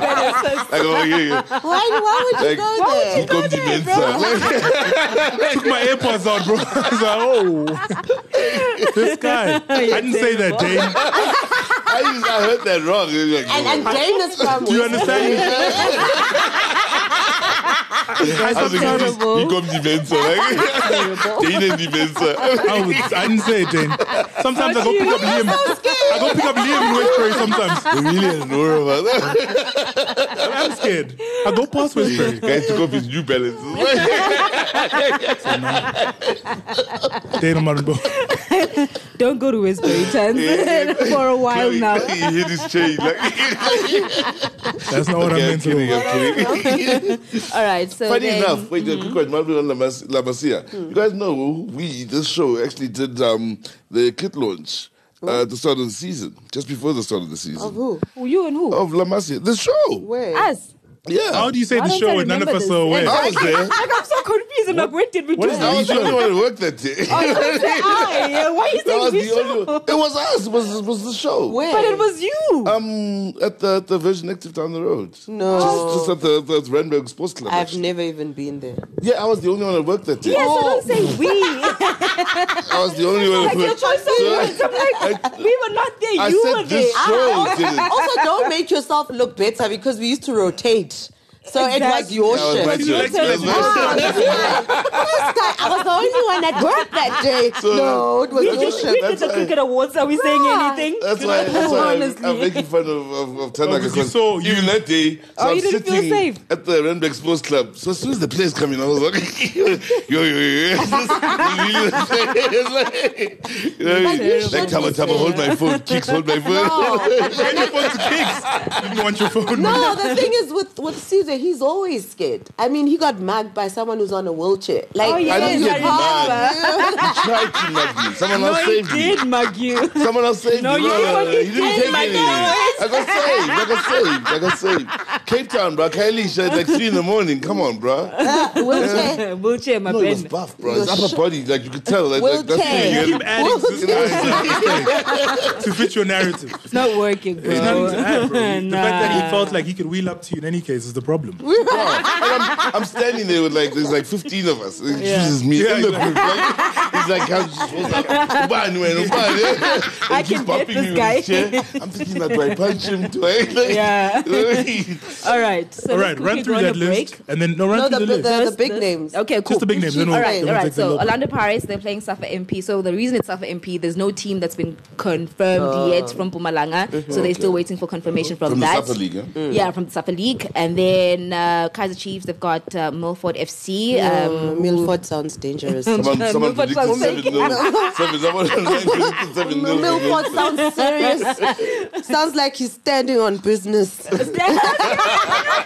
C: yeah, yeah.
F: Why, why would you
C: Like,
F: go
C: why
F: there?
C: You come to Mensa.
E: took my AirPods out, bro. I was like, oh, this guy. I didn't say that, Dane.
C: I, just, I heard that wrong. It was Like, oh,
F: And, and Jane is from
E: Do you understand?
C: I was like,
D: Terrible.
C: you come to Mensa. Like, they didn't do Mensa.
E: I, would, I didn't say it, Dane. Sometimes I go pick up Liam. I go pick up Liam in Westbury sometimes.
C: They really had an aura about that.
E: I'm scared. I go past Westbury.
C: Guy took off his New Balance.
E: Dane, I'm out of
D: Don't go to Westbury Tans for a while now.
C: he hit his chain. Like,
E: That's not what I
C: okay, I'm
E: meant to
C: kidding.
E: do.
C: I'm kidding.
D: All right, so
C: Funny
D: then,
C: enough, wait, a quick one. Marvin on La Mas- La Masia. You guys know we this show actually did um, the kit launch uh, at the start of the season, just before the start of the season
F: Who?
D: you and who?
C: of La Masia. The show.
F: Where?
D: Us.
C: Yeah.
E: How do you say
D: Why
E: the
D: don't I
E: show and none of
D: remember
E: us
D: this?
E: are aware?
C: I was there.
D: Like, I'm so confused. I'm like, what did we
E: What
D: do?
E: is
C: I was the only one who worked that day.
D: I, uh, why are you
C: That
D: saying
C: was
D: this
C: the only
D: show?
C: one. It was us. It was, it was the show.
F: Where?
D: But it was you.
C: Um, at the the Virgin Active down the road.
F: No.
C: Just, just at the, the Randburg Sports Club.
F: I've
C: actually.
F: never even been there.
C: yeah, I was the only one who worked that day.
D: yes, I don't say we. like
C: I was the only one who
D: you're
C: worked.
D: trying to say
C: So
D: I'm like, we were not there.
C: I
D: you
C: said
D: were
C: this
D: there.
C: show did it.
F: Also, don't make yourself look better because we used to rotate. So it was
D: Exactly.
F: your
C: That was
F: shift.
C: my
E: But you
C: job.
E: like
C: That
E: to
C: was my
E: let
C: job.
F: Ah, this guy- this guy, I was the only one at work that day. no, it was
D: We
C: That's why-
D: did,
F: your shift.
D: we did
C: that's
D: the
C: why- Ah.
D: cricket awards. Are we saying
F: Nah.
D: anything?
C: That's why, that's why I'm, I'm
D: Honestly.
C: making fun of, of, of Tanaka
E: Obviously,
C: because
E: so you-
C: even that day, so
D: Oh,
C: I'm
D: you didn't feel
C: sitting
D: safe.
C: at the Randburg Sports Club. So as soon as the players come in, I was like, yo, yo, yo, yo. you know,
F: But you should
C: like, Tama,
F: be
C: Tama, hold my phone. Kicks, hold my phone.
E: Hand your phone to Kicks. You don't want your phone.
F: No, the thing is with with Caesar, he's always scared. I mean, he got mugged by someone who's on a wheelchair. Like,
D: Oh, yeah,
C: I didn't
F: you
C: get
F: can't-
C: He tried to mug me. Someone
D: No,
C: else
D: he
C: saved me.
D: did mug you.
C: Someone else saved
D: No,
C: me.
D: you fucking
C: you
D: did,
C: didn't take
D: my
C: anything. I got saved. I got saved. I got saved. Cape Town, bro. Kylie, at like three in the morning. Come on, bro.
F: Wheelchair.
D: Wheelchair, my
C: No, it was
D: friend.
C: buff, bro. His upper body, like you could tell, like, like that's
E: You
F: Wheelchair.
E: keep
C: thing.
E: adding to, to- to fit your narrative.
D: It's not working, bro.
E: There's nothing to add, bro. The fact that
D: Nah.
E: he felt like he could wheel up to you in any case is the problem.
C: I'm, I'm standing there with like there's like 15 of us. It
D: Yeah.
C: chooses me
E: Yeah,
C: in the
E: exactly.
C: group. Like, he's like, I'm just was like, "Ubani wena, ubani." And
D: I
C: he keeps
D: can get
C: eh? bumping
D: this
C: me with
D: guy.
C: his chair. I'm thinking, like, do I punch him? Do I? Like,
D: Yeah. All right. So
E: All
D: let's
E: right, run
D: quickly
E: through
D: go on
E: that
D: a
E: list.
D: break.
E: And then, no, run
F: No,
E: through
F: the-
E: the,
F: the-
E: list.
F: the big names.
D: Okay, cool.
E: the big names, then we'll-
D: all right,
E: then we'll
D: all right.
E: take the
D: So
E: local.
D: Orlando Pirates, they're playing Safa MP. So the reason it's Safa MP, there's no team that's been confirmed
F: Oh.
D: yet from Pumalanga. So they're still waiting for confirmation from,
C: From the
D: that.
C: Safa League, eh? huh?
F: Mm.
D: Yeah, from the Safa League. And then uh, Kaiser Chiefs, they've got uh, Milford FC.
F: Mm.
D: Um,
F: Milford sounds dangerous.
C: Someone, someone
D: Milford
C: predicted
D: sounds like-
C: 7 0. Seven, someone predicted 7 0.
F: Milford sounds serious. sounds like he's standing on business.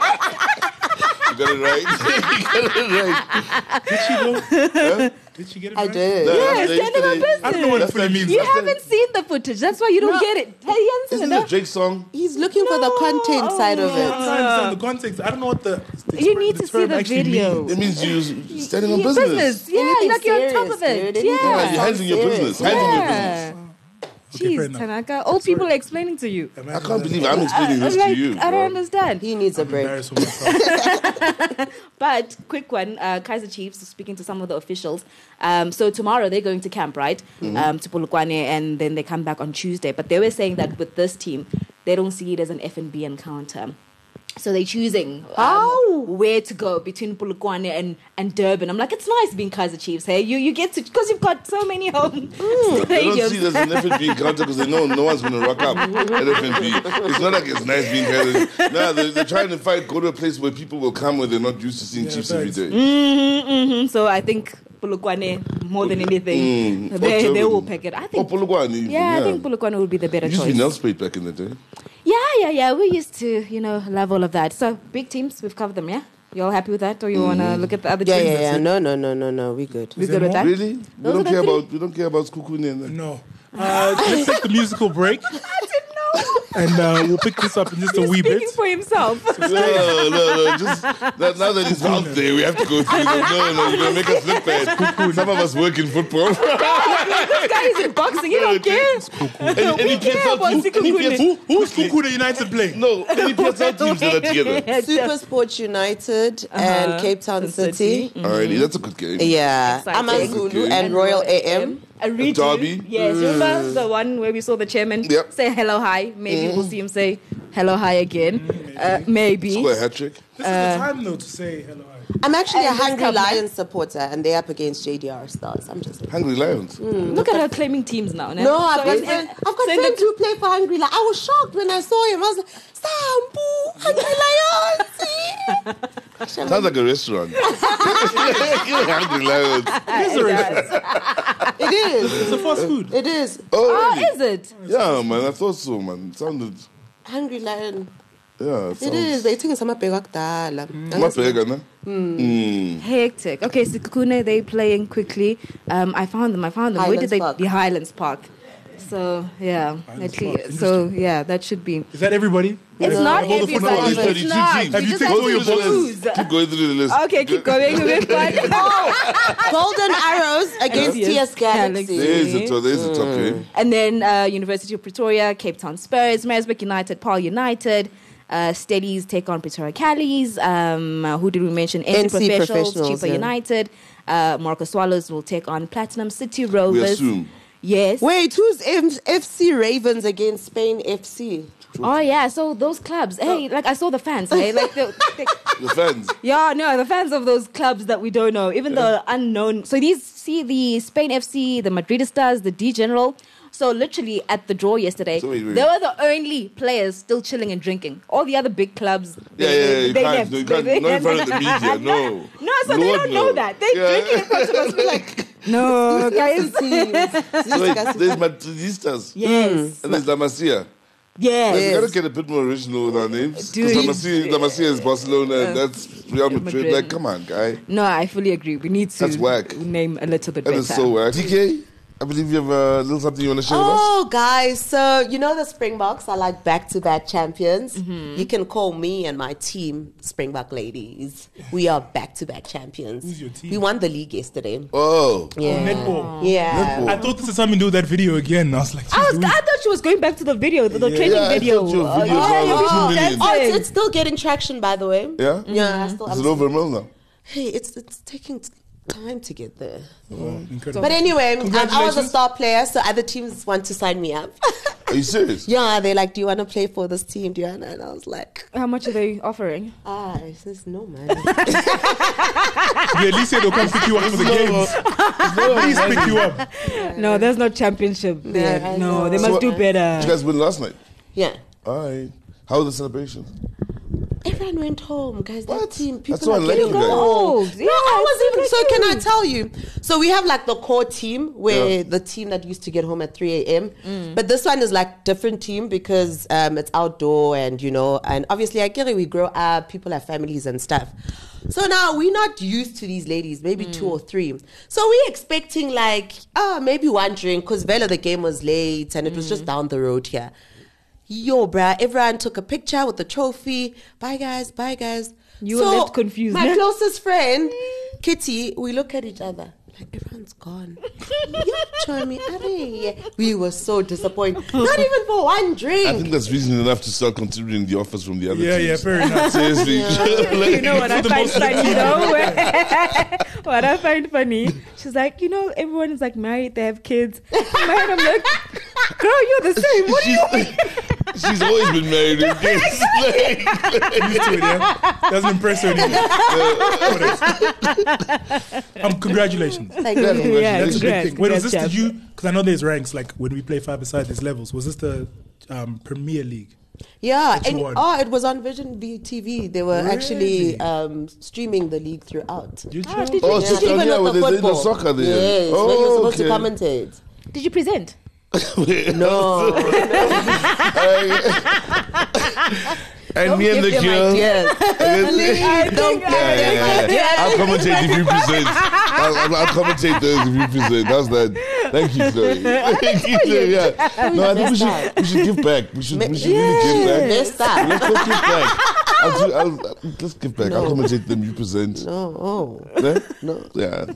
C: You got it right. you got it right.
E: Did she get it
F: I
E: right?
F: did.
C: No,
D: Yeah,
C: that's the-
D: standing on
E: I don't know what it
C: That's
E: fully
C: like-
E: means.
D: you
C: that's the-
D: haven't seen the footage. That's why you don't
F: No.
D: get it. Hey, you haven't seen
C: Isn't
D: it.
C: it Drake's song?
F: He's looking for the content
D: No.
F: side of it.
E: I understand the context. I don't know what the. the
D: You
E: exp-
D: need to see
E: term
D: the
E: actually
D: video.
E: means.
C: It means you standing on
D: Your
C: business.
D: Yeah,
F: Anything
D: like you're on top
F: serious,
D: of it.
F: dude, anything
C: Yeah,
D: Yeah.
C: you're handling your
F: Serious.
C: business. Handling your business.
D: yeah.
E: Okay, fair
D: Jeez,
E: enough.
D: Tanaka. Old people are explaining to you.
E: Imagine
C: I can't
E: that.
C: believe I'm explaining
D: I'm
C: this
D: like,
C: to you.
D: I don't
C: bro.
D: understand.
F: He needs a break.
E: Embarrassed for myself.
D: But quick one, uh, Kaiser Chiefs speaking to some of the officials. Um, so tomorrow they're going to camp, right,
C: Mm-hmm.
D: um, to Polokwane, and then they come back on Tuesday. But they were saying that with this team, they don't see it as an F and B encounter. So they're choosing um,
F: How?
D: where to go between Polokwane and, and Durban. I'm like, it's nice being Kaiser Chiefs. Hey, you, you get to because you've got so many home
C: They Mm. don't see
D: stadiums.
C: there's an FNB encounter because they know no one's going to rock up at FNB. It's not like it's nice being here. No, they're, they're trying to find, go to a place where people will come where they're not used to seeing
E: Yeah,
C: Chiefs
E: thanks.
C: every day.
D: Mhm, so I think Polokwane more than anything,
C: Mm.
D: they,
C: Or
D: they will
C: Durban.
D: pick it. I
C: Oh,
D: think.
C: Polokwane. even,
D: yeah, I think Polokwane would be the better
C: You used to
D: choice.
C: be nail sprayed back in the day.
D: Yeah, yeah, yeah. We used to, you know, love all of that. So big teams, we've covered them. Yeah, you all happy with that, or you wanna look at the other
F: Mm. Yeah,
D: teams?
F: yeah, yeah. No, no, no, no, no. We good.
D: We good with that?
C: Really? We
D: Those are
C: don't
D: the
C: care
D: three.
C: about we don't care about Kukuni and that.
E: No. Uh, let's take the musical break. And uh, we'll pick this up in just a
D: He's
E: wee
D: speaking
E: bit.
D: for himself.
C: No, no, no. Just that, now that it's out there, we have to go through them. No, no, you're gonna make us look bad. Some of us work in football.
D: this guy is in boxing. He don't care.
C: And, and
D: We
C: he plays
D: care
C: out
D: about
C: teams- and he plays-
E: Who, who's Kukuna United
D: Uh,
E: playing?
C: No, and he plays out teams that are together.
F: Super Sports United and Cape Town
D: City.
F: City.
C: Alrighty, that's a good game.
F: Yeah.
D: Exciting.
F: Amazulu
C: Okay.
F: and Royal AM.
D: A redo.
C: derby.
D: Yes, remember the one where we saw the chairman
C: Yep.
D: say hello, hi. Maybe
F: Mm-hmm.
D: we'll see him say hello, hi again.
C: Mm,
D: Uh, maybe.
C: Score a hat trick.
E: This is the time, though, to say hello.
F: I'm actually a
D: And this
F: Hungry
D: company.
F: Lions supporter and they're up against JDR Stars. I'm just
C: Hungry Lions.
D: Look at her claiming teams now.
F: No, I've got,
D: Someone-
F: friends, I've got
D: send
F: friends
D: it-
F: who play for Hungry Lions. I was shocked when I saw him. I was like, Sambu, Hungry Lions.
C: Sounds like a restaurant. Hungry Lions.
F: it is.
E: It's a fast food.
F: It is.
C: Oh,
D: Oh,
C: really?
D: is it?
C: Yeah, man. I thought so, man. It sounded.
F: Hungry Lion.
C: Yeah, it
F: It
C: sounds.
F: is. They think it's amabheka akudala.
E: Mm.
C: Not bigger, no?
D: Hectic. Okay, so Kukune, they playing quickly. Um, I found them. I found them. Where did
F: Highlands
D: they?
F: Park.
D: The Highlands Park. So yeah, at
E: understand.
D: least, so yeah, that should be.
E: Is that everybody?
D: It's
E: Yeah.
D: not
E: Of all the
D: everybody.
E: footballers.
C: There's 32
D: It's not.
C: teams.
D: We
E: Have you
D: just
E: taken
D: have
E: all
D: to
E: your votes?
D: choose.
C: Keep going through the list.
D: Okay, keep going. We've
F: Oh! Golden Arrows against TS Galaxy.
C: There is a top. There is a top game.
D: And then uh, University of Pretoria, Cape Town Spurs, Marisburg United, Paul United, uh, Steadies take on Pretoria Callies. Um, uh, who did we mention? NC,
F: NC
D: Professionals,
F: Professionals,
D: Cheaper
F: yeah.
D: United. Uh, Marco Swallows will take on Platinum City Rovers.
C: assume.
D: Yes.
F: Wait, who's M- FC Ravens against Spain FC?
D: Oh yeah. So those clubs. Hey, like I saw the fans. Hey, like the, the-
C: The fans.
D: yeah, no, the fans of those clubs that we don't know, even the unknown. So these see the Spain FC, the Madridistas, the D General. So literally at the draw yesterday,
C: So wait, wait.
D: they were the only players still chilling and drinking. All the other big clubs,
C: Yeah,
D: they,
C: yeah, yeah, you
D: they
C: can't-
D: left.
C: you
D: They-
C: can't-
D: they-
C: not in front of the media, no.
D: no, so they
C: Lord,
D: don't know
C: no.
D: that they're
C: Yeah.
D: drinking in front of us. We're like, no, guys,
C: So wait, there's Madridistas.
D: yes,
C: And there's Damasia. We
D: yes.
C: gotta get a bit more original with our names. Because
D: Dude.
C: Damasia, Damasia is Barcelona and that's Real Madrid.
D: Madrid.
C: Like, come on, guy.
D: No, I fully agree. We need to
C: That's whack.
D: name a little bit
C: That
D: better.
C: is so whack. DK, I believe you have a little something you want to share with us.
F: Oh, guys. So, you know the Springboks are like back to back champions. You can call me and my team Springbok Ladies. We are back to back champions.
E: Who's your team?
F: We won the league yesterday.
C: Oh.
F: Yeah.
E: Netball.
F: yeah.
E: I thought this is something to do with that video again. and I was like,
D: I, was,
E: "Dude,
D: I thought she was going back to the video, the, the training
C: Yeah, I
D: video.
C: thought your
D: Oh,
C: video
D: yeah,
C: was
D: you
C: two
D: did
C: million.
D: that
F: Oh, it's,
D: thing.
F: it's still getting traction, by the way.
C: Yeah?
F: Yeah, I
E: Mm-hmm.
F: still,
C: Is
F: I'm
C: it over a mil now?
F: Hey, it's it's taking t- time to get there.
E: incredible.
F: But anyway, um, I was a
E: Congratulations.
F: star player, so other teams want to sign me up.
C: Are you serious?
F: yeah, they like, do you want to play for this team? Do you want? And I was like,
D: Uh, How much are they offering?
F: ah, this is no money.
E: They at least said they'll come pick you up for the games. Please pick you up.
D: No, there's no championship there. no,
F: I know.
D: they
F: So
D: must
C: what-
D: do
C: Did
D: better.
C: you guys win last night?
F: yeah,
C: All right. How were the celebrations?
F: everyone went home, guys. That
C: What?
F: team, people
C: That's
F: are
C: what I like
F: getting
C: you guys.
F: old.
D: Yeah,
F: no, I
D: it's
F: was even. So can I
D: ridiculous.
F: tell you? So we have like the core team, where
C: Yeah.
F: the team that used to get home at three a.m. But this one is like different team because um, it's outdoor and you know, and obviously I get it. We grow up, people have families and stuff. So now we're not used to these ladies, maybe two or three. So we're expecting like, oh, maybe one drink because Vela the game was late and it was
D: Mm.
F: just down the road here yo, bruh, everyone took a picture with the trophy. Bye, guys. Bye, guys.
D: You were left confused. eh?
F: My closest friend, Kitty, we look at each other. Like, everyone's gone. You join me. Arey. We were so disappointed. Not even for one
C: I
F: drink.
C: think that's reason enough to start considering the offers from the other
E: Yeah, yeah,
C: teams.
E: fair enough.
C: Seriously.
D: you know what I
E: the
D: find
E: most
D: funny though? what I find funny, she's like, you know, everyone is like married, they have kids. In my head, I'm like, girl, you're the same. What do you mean?
C: she's, she's always been married. and kids. Like,
E: Used to it, yeah? Doesn't impress her anymore. um, congratulations.
F: Thank
C: yeah,
F: you.
E: That's a
C: congratulations.
E: big
D: congrats,
E: thing. Wait, was this
D: congrats,
E: the you? Because I know there's ranks. Like when we play five aside, there's levels. Was this the um, Premier League?
F: Yeah,
E: Which
F: and
E: one?
F: oh, it was on Vision BTV. They were actually um, streaming the league throughout.
E: You
D: Ah,
E: chose-
D: did,
C: Oh,
D: you,
C: it's just down
F: Even
C: here where
F: with
C: they
F: the
C: did the
F: football.
C: soccer there.
F: Yes,
C: oh,
F: when you're supposed
C: okay.
F: to commentate.
D: did you present?
F: No.
C: and me and the
D: give them
C: girl.
F: yes.
C: Yeah,
F: Don't
C: yeah, yeah, yeah. I'll commentate if you present. I'll, I'll, I'll commentate those if you present. That's that. Thank you, Chloe. Thank you, Chloe. Yeah. No, I think we should, we should give back. We should, we should really give back.
F: Best time.
C: Let's go give back. I'll do, I'll, I'll, let's give back. I'll commentate them. You present.
F: Oh, oh.
C: No. no. Yeah.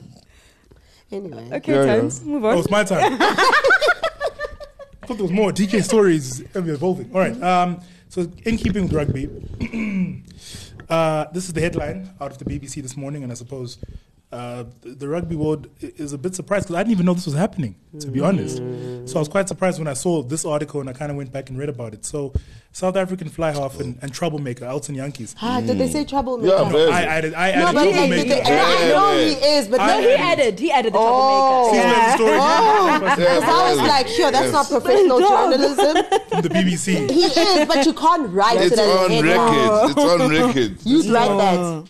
F: Anyway.
D: Okay,
C: Yeah, yeah.
D: times. Move
E: Oh,
D: on.
E: it's my time. I thought there was more. DK stories evolving. All right. Um, so, in keeping with rugby, uh, this is the headline out of the BBC this morning, and I suppose uh, the, the rugby world i- is a bit surprised because I didn't even know this was happening, to be honest. So, I was quite surprised when I saw this article and I kind of went back and read about it. So, South African fly half and, and troublemaker, Elton Yankees.
F: Ah, did they say troublemaker?
C: Yeah,
E: I
C: man.
E: added, I
F: No,
E: added
F: but like, did
E: troublemaker.
F: they, and I know he is, but
E: I-
F: no,
D: He
F: he.
D: added, he added the
F: Oh.
D: troublemaker.
E: Please let the story go.
C: Yeah,
F: Because I was
C: man.
F: like, sure, that's
C: Yes.
F: not professional journalism.
E: From the BBC.
F: He is, but you can't write
C: It's
F: it as a
C: on
F: headline.
C: record. It's on record.
F: You'd write that.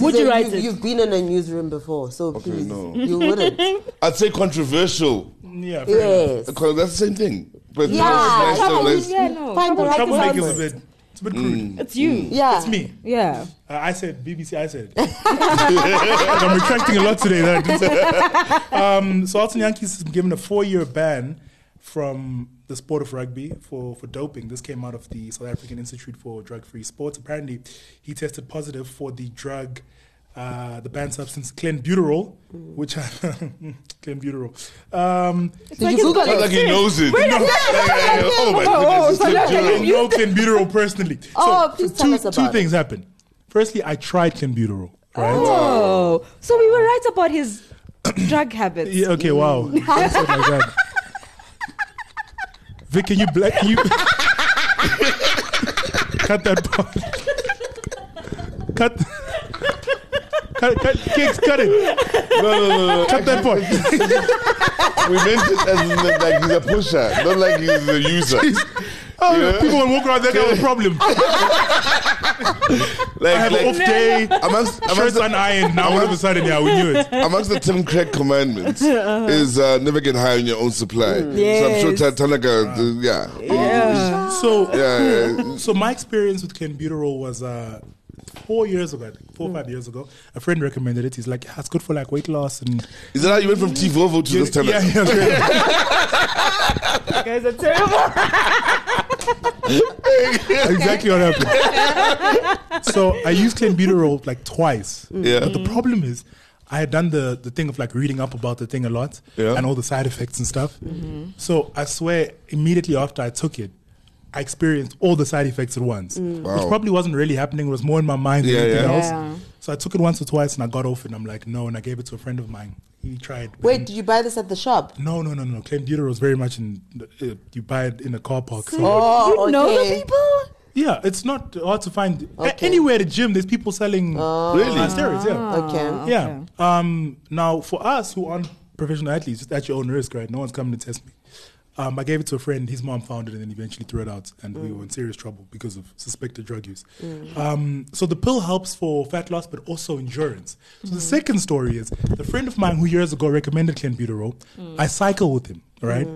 D: Would you write
F: have
D: it?
F: You've been in a newsroom before, so please,
C: no.
F: you wouldn't.
C: I'd say controversial.
E: Yeah, fair enough.
F: yes.
C: Because That's the same thing. But
F: Yeah.
C: it's nice, so nice.
D: Yeah, no.
F: Find the right
E: Troublemaker is a
F: words.
E: bit, it's a bit crude.
D: It's you.
F: Yeah.
E: It's me.
D: Yeah.
E: Uh, I said BBC. I said. it. I'm retracting a lot today. That I didn't say. um, so Alton Yankees has been given a four-year ban from the sport of rugby for, for doping. This came out of the South African Institute for Drug Free Sports. Apparently, he tested positive for the drug, uh, the banned substance clenbuterol, which I, clenbuterol. Um,
D: Did you Google
C: Not like he knows it.
D: Where is that?
C: Oh my
D: Oh,
C: goodness,
D: so
C: it's
D: now
E: I
D: can
C: Clenbuterol.
E: don't know clenbuterol personally.
D: Oh, please tell
E: two,
D: us about
E: two
D: it.
E: things happened. Firstly, I tried clenbuterol. Right.
D: Oh, so we were right about his drug habits.
E: Yeah, okay, wow. You said it like that. Vic, can you black can you cut that part? cut cut cut kicks, cut it.
C: No, no, no, no.
E: Cut that part.
C: We meant it as in that, like he's a pusher, not like he's a user.
E: Oh,
C: Yeah.
E: People will walk around that kind of problem.
C: Like,
E: I have
C: like
E: an off day,
C: amongst amongst
E: shirts
C: the,
E: unironed. Now all of a sudden, yeah, we knew it.
C: amongst the Tim Craig commandments
F: Uh-huh.
C: is uh, never get high on your own supply. So I'm sure
D: Yes.
C: Tan- Tanaka, uh, yeah.
D: Yeah.
E: So
C: Yeah, yeah.
E: So my experience with clenbuterol was uh, four years ago, I think, four or five years ago. A friend recommended it. He's like, "Ah, it's good for like weight loss and
C: Is that how you went from T Vovo to this Tanaka?
E: yeah, yeah.
D: You guys are terrible.
E: exactly what happened. so I used clenbuterol like twice.
C: Yeah.
E: But the problem is, I had done the the thing of like reading up about the thing a lot
C: Yeah.
E: and all the side effects and stuff. So I swear, immediately after I took it. I experienced all the side effects at once, which
C: Wow.
E: probably wasn't really happening. It was more in my mind than
C: Yeah,
E: anything
C: yeah.
E: else.
D: Yeah.
E: So I took it once or twice and I got off, and I'm like, no. And I gave it to a friend of mine. He tried. but
F: Wait,
E: then-
F: did you buy this at the shop?
E: No, no, no, no. Clenbuterol is very much in. the- Uh, you buy it in a car park. So.
F: Oh,
D: you know
F: okay.
D: the people?
E: Yeah, it's not hard to find A-
F: Okay.
E: anywhere at the gym. There's people selling
C: Really?
E: uh, steroids. Yeah,
F: Oh, Okay.
E: yeah. Um, now for us who aren't professional athletes, it's at your own risk, right? No one's coming to test me. Um, I gave it to a friend. His mom found it and then eventually threw it out, and we were in serious trouble because of suspected drug use. Um, so the pill helps for fat loss, but also endurance. So the second story is the friend of mine who years ago recommended clenbuterol. I cycle with him, right?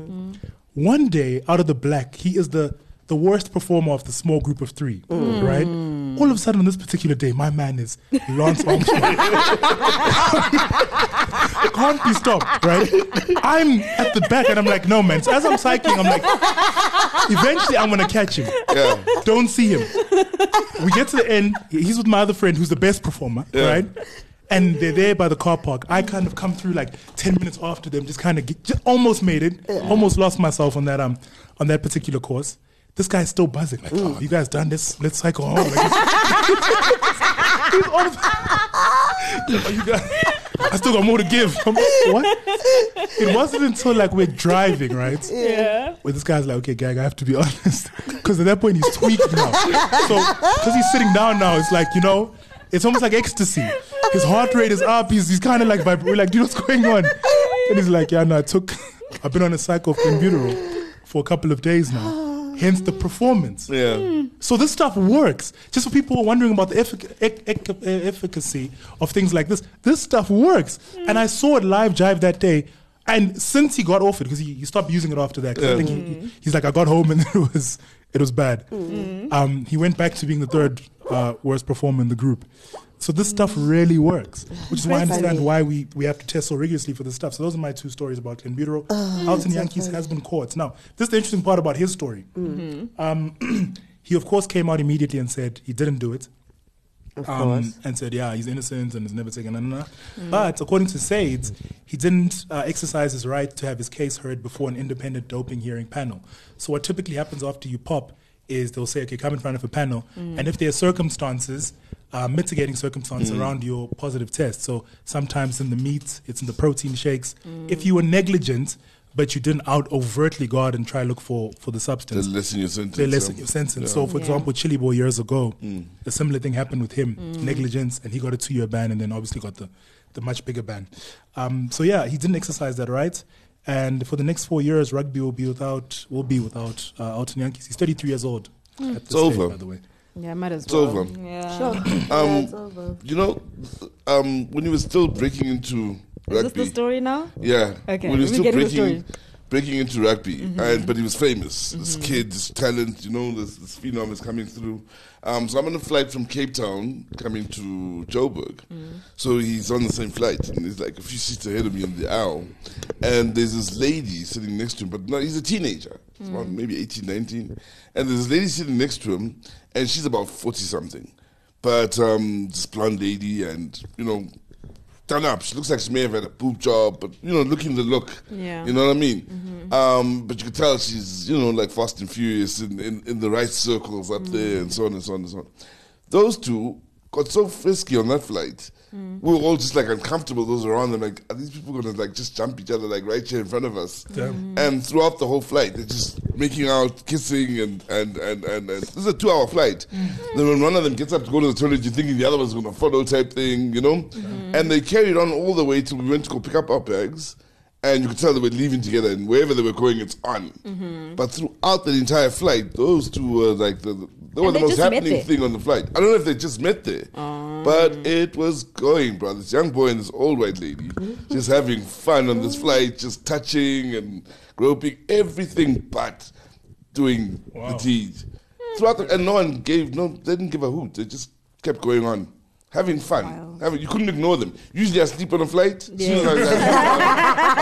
E: One day, out of the black, he is the the worst performer of the small group of three, right? All of a sudden, on this particular day, my man is Lance Armstrong. Can't be stopped, right? I'm at the back and I'm like, no, man. So as I'm cycling, I'm like, eventually I'm going to catch him.
C: Yeah.
E: Don't see him. We get to the end. He's with my other friend who's the best performer, right? And they're there by the car park. I kind of come through like ten minutes after them, just kind of get, just almost made it, almost lost myself on that um on that particular course. This guy's still buzzing. Like, oh, you guys done this? Let's cycle home. Like, it's- He's all the- Oh, you guys- I still got more to give. I'm like, what? It wasn't until like we're driving, right?
D: Yeah.
E: Where this guy's like, okay, gang, I have to be honest. Because at that point, he's tweaked now. So, because he's sitting down now, it's like, you know, it's almost like ecstasy. His heart rate is up. He's, he's kind of like, vibra- we're like, dude, what's going on? And he's like, yeah, no, I took, I've been on a cycle of clenbuterol for a couple of days now. Hence the performance.
C: Yeah.
E: So this stuff works. Just for people who are wondering about the effic- ec- ec- uh, efficacy of things like this, this stuff works. And I saw it live jive that day. And since he got off it, because he, he stopped using it after that, 'cause I think he- he, he's like, I got home and it was it was bad. Um, he went back to being the third uh, worst performer in the group. So this stuff really works, which is why I understand why we, we have to test so rigorously for this stuff. So those are my two stories about clenbuterol. Alton Yankees has been caught. Now, this is the interesting part about his story. He, of course, came out immediately and said he didn't do it. Um, and said, yeah, he's innocent and has never taken na, na, na. But according to Saids, he didn't uh, exercise his right to have his case heard before an independent doping hearing panel. So what typically happens after you pop is they'll say, okay, come in front of a panel. And if there are circumstances, uh, mitigating circumstances around your positive test. So sometimes in the meat, it's in the protein shakes. If you were negligent, but you didn't out overtly go out and try look for, for
C: They
E: the substance
C: lessen your sentence. um,
E: they lessen
C: yeah. Mm.
E: your sentence. So, for example, Chili Boy years ago, a similar thing happened with him, negligence, and he got a two-year ban, and then obviously got the, the much bigger ban. Um, so yeah, he didn't exercise that right, and for the next four years, rugby will be without will be without uh, Alton Yankees. He's 33 years old. At this stage,
C: over.
E: by the way.
D: Yeah, might as
C: It's
D: well.
C: over.
D: Yeah.
F: Sure.
C: Um,
F: yeah, it's over.
C: You know, um, when you were still breaking into rugby.
D: Is this the story now?
C: Yeah.
D: Okay,
C: When you were
D: let me
C: still
D: get the
C: breaking
D: story.
C: breaking into rugby, and but he was famous. This kid, this talent, you know, this, this phenom is coming through. Um, so I'm on a flight from Cape Town coming to Joburg. So he's on the same flight, and he's like a few seats ahead of me on the aisle. And there's this lady sitting next to him, but no, he's a teenager, He's around maybe 18, 19. And there's this lady sitting next to him, and she's about 40 something. But um, this blonde lady, and you know, done up. She looks like she may have had a boob job, but you know, looking the look.
D: Yeah.
C: You know what I mean? Um, but you could tell she's, you know, like fast and furious in, in, in the right circles up there and so on and so on and so on. Those two got so frisky on that flight. We were all just like uncomfortable, those around them, like, are these people gonna like just jump each other like right here in front of us?
E: Damn.
C: And throughout the whole flight, they're just making out, kissing, and and and and, and. this is a two-hour flight. Then when one of them gets up to go to the toilet, you're thinking the other one's gonna follow, type thing, you know. And they carried on all the way till we went to go pick up our bags, and you could tell they were leaving together, and wherever they were going, it's on.
D: Mm-hmm.
C: But throughout the entire flight, those two were like the, the they were
D: And
C: the
D: they
C: most
D: just met
C: happening
D: there. Oh.
C: thing on the flight. I don't know if they just met there, but it was going, bro. This young boy and this old white lady
D: Mm-hmm.
C: just having fun on this flight, just touching and groping, everything but doing
E: Wow.
C: the deed.
D: Hmm.
C: Throughout the, and no one gave, no, they didn't give a hoot. They just kept going on. Having fun. Having, you couldn't ignore them. Usually I sleep on a flight. Yeah. Soon as I was like,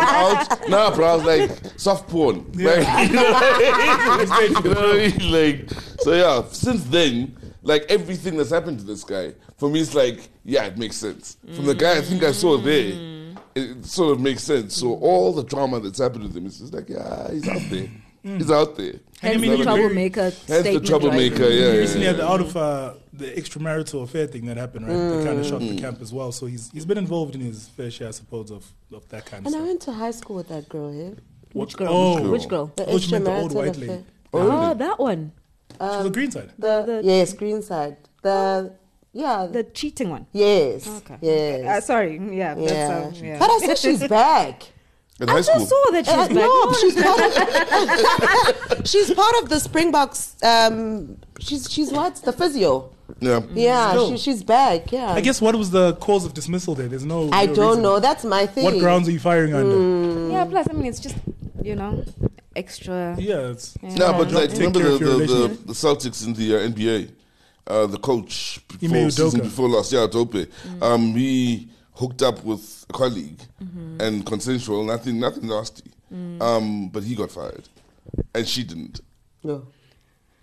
C: I'm out. Nah, bro, I was like, soft porn. Like, you know, you know what I mean? Like, so yeah, since then, like everything that's happened to this guy, for me, it's like, yeah, it makes sense. From the guy I think I saw there,
E: Mm.
C: it sort of makes sense. So all the drama that's happened to him, it's just like, yeah, he's out there. He's out there.
D: Hence
E: Mm. mean
D: the
E: you
D: troublemaker
C: That's the
D: statement, right?
C: troublemaker, yeah.
E: He
C: yeah,
E: recently
C: yeah.
E: had the out of uh, the extramarital affair thing that happened, right? That kind of shocked
C: Mm.
E: the camp as well. So he's he's been involved in his fair share, I suppose, of, of that kind of
F: And I
E: stuff.
F: went to high school with that girl eh? here.
D: Which girl?
E: Oh.
D: Which girl?
F: The
E: Oh, she meant the old
F: extramarital
E: white
F: affair.
E: lady.
D: Oh, that one.
E: She was a green side.
F: The,
D: The- Oh,
F: yes, green side. The yeah.
D: The cheating one.
F: yes.
D: Okay. Uh,
F: Yes.
D: sorry. Yeah. That's,
F: yeah.
D: um, yeah.
F: But I said she's back.
C: In
D: I
C: high school.
D: just saw that she's
F: Uh,
D: back.
F: no, she's part of she's part of the Springboks. Um, she's she's what's the physio?
C: Yeah.
D: Mm.
F: Yeah,
E: Still.
F: she, she's back. Yeah,
E: I guess what was the cause of dismissal there? There's no.
F: I
E: no
F: don't
E: reason.
F: know. Mm. That's my thing.
E: What grounds are you firing under?
D: Yeah, plus, I mean, it's just, you know, extra.
E: Yeah, it's.
C: No, but
E: Don't
C: like,
E: take
C: remember
E: care
C: the,
E: of your
C: the, the,
E: relationship.
C: the Celtics in the uh, NBA, uh, the coach
E: Ime
C: before season
E: Udoka.
C: before last year, Tope.
D: Mm.
C: Um, he hooked up with a colleague
D: Mm-hmm.
C: and consensual, nothing, nothing nasty.
D: Mm.
C: Um, but he got fired, and she didn't.
F: No.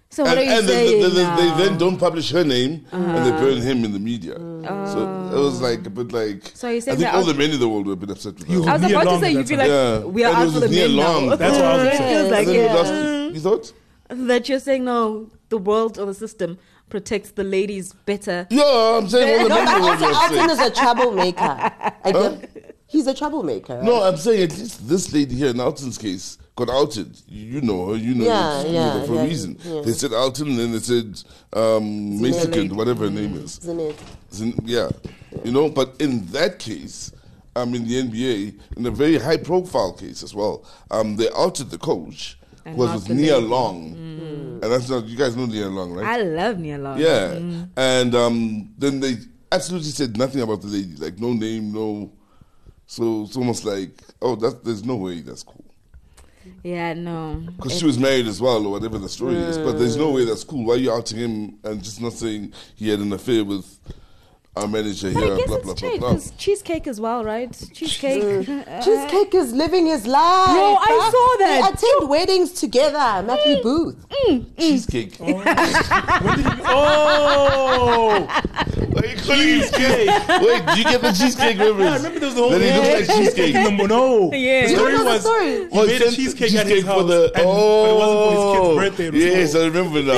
D: So, what
C: and
D: are you
C: and they-
D: saying?
C: they, they, they
D: now? Uh-huh.
C: then don't publish her name, and they burn him in the media. So it was like a bit like.
D: Oh. So you're
C: I
D: saying
C: think
D: that
C: all
D: out-
C: the men in the world were a bit upset with
E: You
C: that.
D: I was
E: Nia
D: about to
E: Long
D: say,
E: at
D: you'd
E: that
D: be
E: time.
D: like,
C: Yeah.
D: we are
C: And it
D: out
C: was
D: for the
C: Nia
D: men
C: Long.
D: now.
E: That's what I was gonna
D: It
E: say.
D: feels like,
C: And then
D: yeah.
C: we lost- you thought?
D: that you're saying no, the world or the system protects the ladies better.
C: Yeah, I'm saying all the
F: No,
C: men in
F: but
C: the world
F: Austin,
C: were upset.
F: Austin is a troublemaker. I get, he's a troublemaker. right?
C: No, I'm saying at least this lady here in Alton's case got outed. You you know her, you know
F: Yeah,
C: her, you
F: yeah,
C: know her for a
F: yeah,
C: reason.
F: yeah.
C: They said Alton and then they said um, Mexican, whatever her
F: Mm-hmm.
C: name is.
F: isn't it?
C: Zin- Yeah, you know, but in that case, um, in the NBA, in a very high profile case as well, um, they outed the coach,
D: And
C: who was
D: not
C: with
D: the Mm.
C: Nia
D: lady.
C: Long. And that's not, you guys know Nia Long, right?
D: I love Nia Long.
C: Yeah. And um, then they absolutely said nothing about the lady, like no name, no. So it's almost like, oh, that there's no way that's cool.
D: Yeah, no.
C: Because she was married as well, or whatever the story is. But there's no way that's cool. Why are you outing him and just not saying he had an affair with our manager
D: But
C: here?
D: I guess
C: blah,
D: it's
C: blah, blah,
D: changed
C: blah.
D: because cheesecake as well, right? Cheesecake. Uh,
F: Cheesecake is living his life.
D: No, I
F: huh?
D: saw
F: They
D: that. Mm.
F: attend weddings together. Matthew Booth.
C: Cheesecake.
E: Oh!
C: Why are you calling him cheesecake? Wait, do you get the cheesecake reference?
E: I remember there was the whole
C: Then he
E: Yeah.
C: looks like cheesecake. Oh,
E: No, no.
D: Yeah.
E: The
D: You
E: story
F: know the
E: was
F: story?
E: he made a
C: sent
E: cheesecake, at his house,
C: for the,
E: and, but it wasn't for his kid's
C: oh,
E: birthday. It was
C: yes,
E: for-
C: I remember now.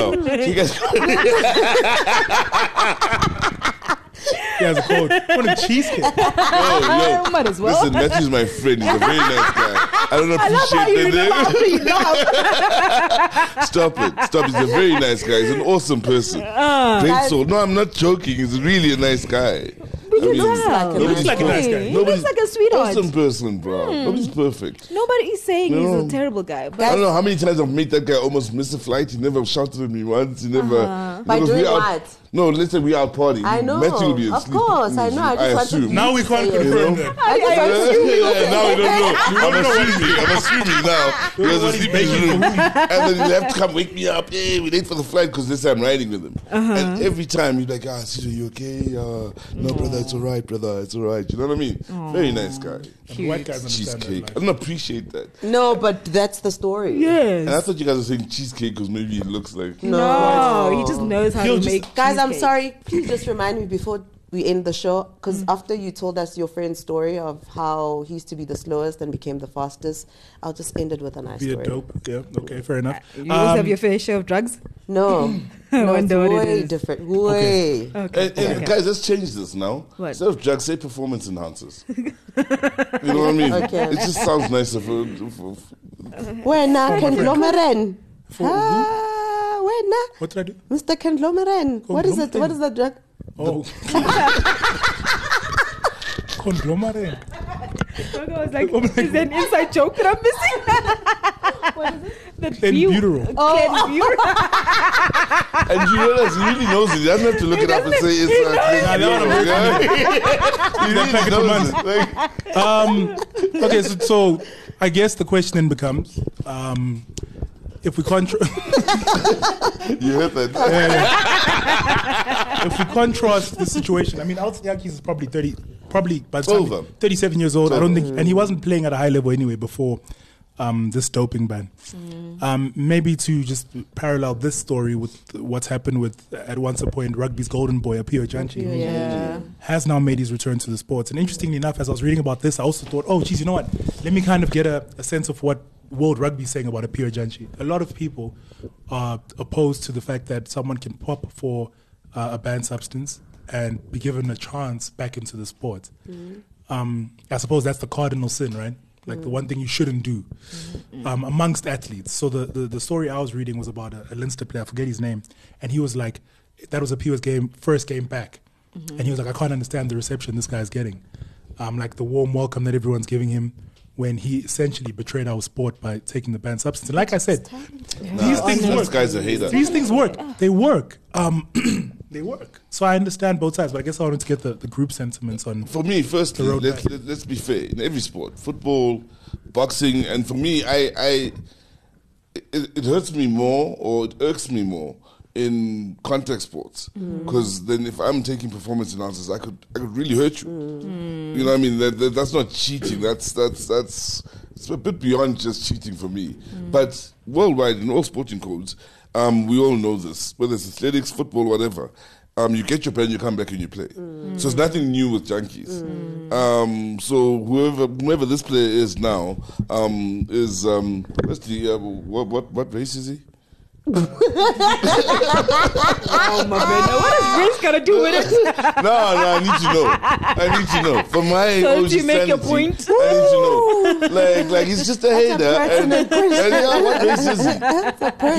C: He got-
E: yeah, it's cold. What a cheesecake!
C: Oh, yo.
D: Might as well.
C: Listen, Matthew's my friend. He's a very nice guy. I don't
D: love how you
C: appreciate
D: remember
C: that.
D: after you laugh.
C: Stop it. Stop. He's a very nice guy. He's an awesome person. Great soul. No, I'm not joking. He's really a nice guy.
D: But you
C: mean,
D: laugh.
F: He looks
E: like a nice
C: perfect.
E: guy. He
D: looks like a sweetheart.
C: Awesome person, bro. Nobody's perfect.
D: Nobody is saying he's a
C: No.
D: terrible guy,
C: I
D: but
C: don't know how many times I've made that guy almost miss a flight. He never shouted at me once. He never
F: Uh-huh. By
C: Because we
F: doing
C: are-
F: what?
C: No, listen, we are partying.
F: I know.
C: Matthew will be
F: Of
C: asleep. Mm,
F: course, I know. I just wanted
C: assume.
F: you
E: Now we can't
F: You
E: confirm
C: know?
E: that.
F: I just
C: Yeah,
F: wanted you to
C: yeah,
F: say
C: now we
F: that.
C: don't know. I'm assuming. I'm assuming now. He was
E: what
C: asleep
E: he's
C: in his
E: making
C: room.
E: for me.
C: And then he'll have to come wake me up. Hey, we're late for the flight because this time I'm riding with him.
F: Uh-huh.
C: And every time he'd be like, ah, Cito, you okay? Uh, no, brother, it's all right, brother. It's all right. You know what I mean? Very nice guy.
E: And White guys understand that.
C: Cheesecake.
E: like-
C: I don't appreciate that.
F: No, but that's the story.
C: And I thought you guys were saying cheesecake because maybe it looks like.
D: No, he just knows how
E: He'll
D: to
E: just-
D: make.
F: Guys, I'm
D: cheesecake.
F: sorry. Please just remind me before we end the show, because
D: Mm.
F: after you told us your friend's story of how he used to be the slowest and became the fastest, I'll just end it with a nice
E: Be a
F: story.
E: dope. Yeah. Okay. Fair enough.
D: You always
E: Um,
D: have your fair share of drugs.
F: No, no, it's
D: Wonder what it
F: way
D: is.
F: different. Way.
D: Okay.
C: And, and
D: okay.
C: guys, let's change this now.
D: What?
C: Instead of drugs, say performance enhancers. you know what I mean?
F: Okay.
C: It just sounds nicer for, for, for
F: Wena Kendlomeren.
E: For
F: Ah, wena.
E: What did I do?
F: Mr. Kendlomeren. What is it?
E: Kendlomeren.
F: What is that drug?
E: Oh. Conglomerate.
D: Oh, I was
E: Oh,
D: like, is there an inside joke that I'm missing? what is it? The
E: Clenbuterol.
D: Oh.
C: And you realize he really knows it. He doesn't have to look it up and say it's
D: He
C: a
D: knows
C: thing.
E: it. Nah,
C: he really knows it. Like,
E: Um, okay, so, so I guess the question then becomes um, if we contra-
C: you heard that.
E: if we contrast the situation. I mean, Altsiakis is probably thirty, probably by the
C: Over.
E: time, thirty-seven years old. I don't
C: Over.
E: think, and he wasn't playing at a high level anyway before um, this doping ban. Um, maybe to just parallel this story with what's happened with at once a point rugby's golden boy Apio Janchi
D: yeah.
E: has now made his return to the sports. And interestingly enough, as I was reading about this, I also thought, oh, geez, you know what? Let me kind of get a, a sense of what world rugby is saying about a Apio Janchi. A lot of people are opposed to the fact that someone can pop for uh, a banned substance and be given a chance back into the sport. Um, I suppose that's the cardinal sin, right? Like
C: Mm.
E: the one thing you shouldn't do
C: Mm-hmm.
E: um, amongst athletes. So the, the, the story I was reading was about a, a Leinster player, I forget his name, and he was like, that was a Apio's game, first game back.
C: Mm-hmm.
E: And he was like, I can't understand the reception this guy's getting. Um, like the warm welcome that everyone's giving him when he essentially betrayed our sport by taking the banned substance. And like I said, these
C: Nah,
E: things
C: this
E: work.
C: guy's a hater.
E: These things work. They work. Um, they work. So I understand both sides, but I guess I wanted to get the, the group sentiments on.
C: For me, firstly,
E: The road
C: let's,
E: back.
C: let, let's be fair. In every sport, football, boxing, and for me, I, I it, it hurts me more or it irks me more in contact sports because then if I'm taking performance analysis, I could I could really hurt you. You know what I mean? That, that, that's not cheating. That's that's that's it's a bit beyond just cheating for me. But worldwide in all sporting codes, um, we all know this. Whether it's athletics, football, whatever. Um, you get your pen, you come back and you play. So it's nothing new with junkies. Um, so whoever whoever this player is now um, is um, what's the, uh, what, what what race is he?
D: oh my goodness. What is Bruce gonna do with it?
C: no, no, I need to know. I need to know. For my
D: So
C: own
D: do you make your
C: sanity,
D: point?
C: I need to know. Like, like he's just a hater. And,
F: pertinent
C: and yeah, what race is he?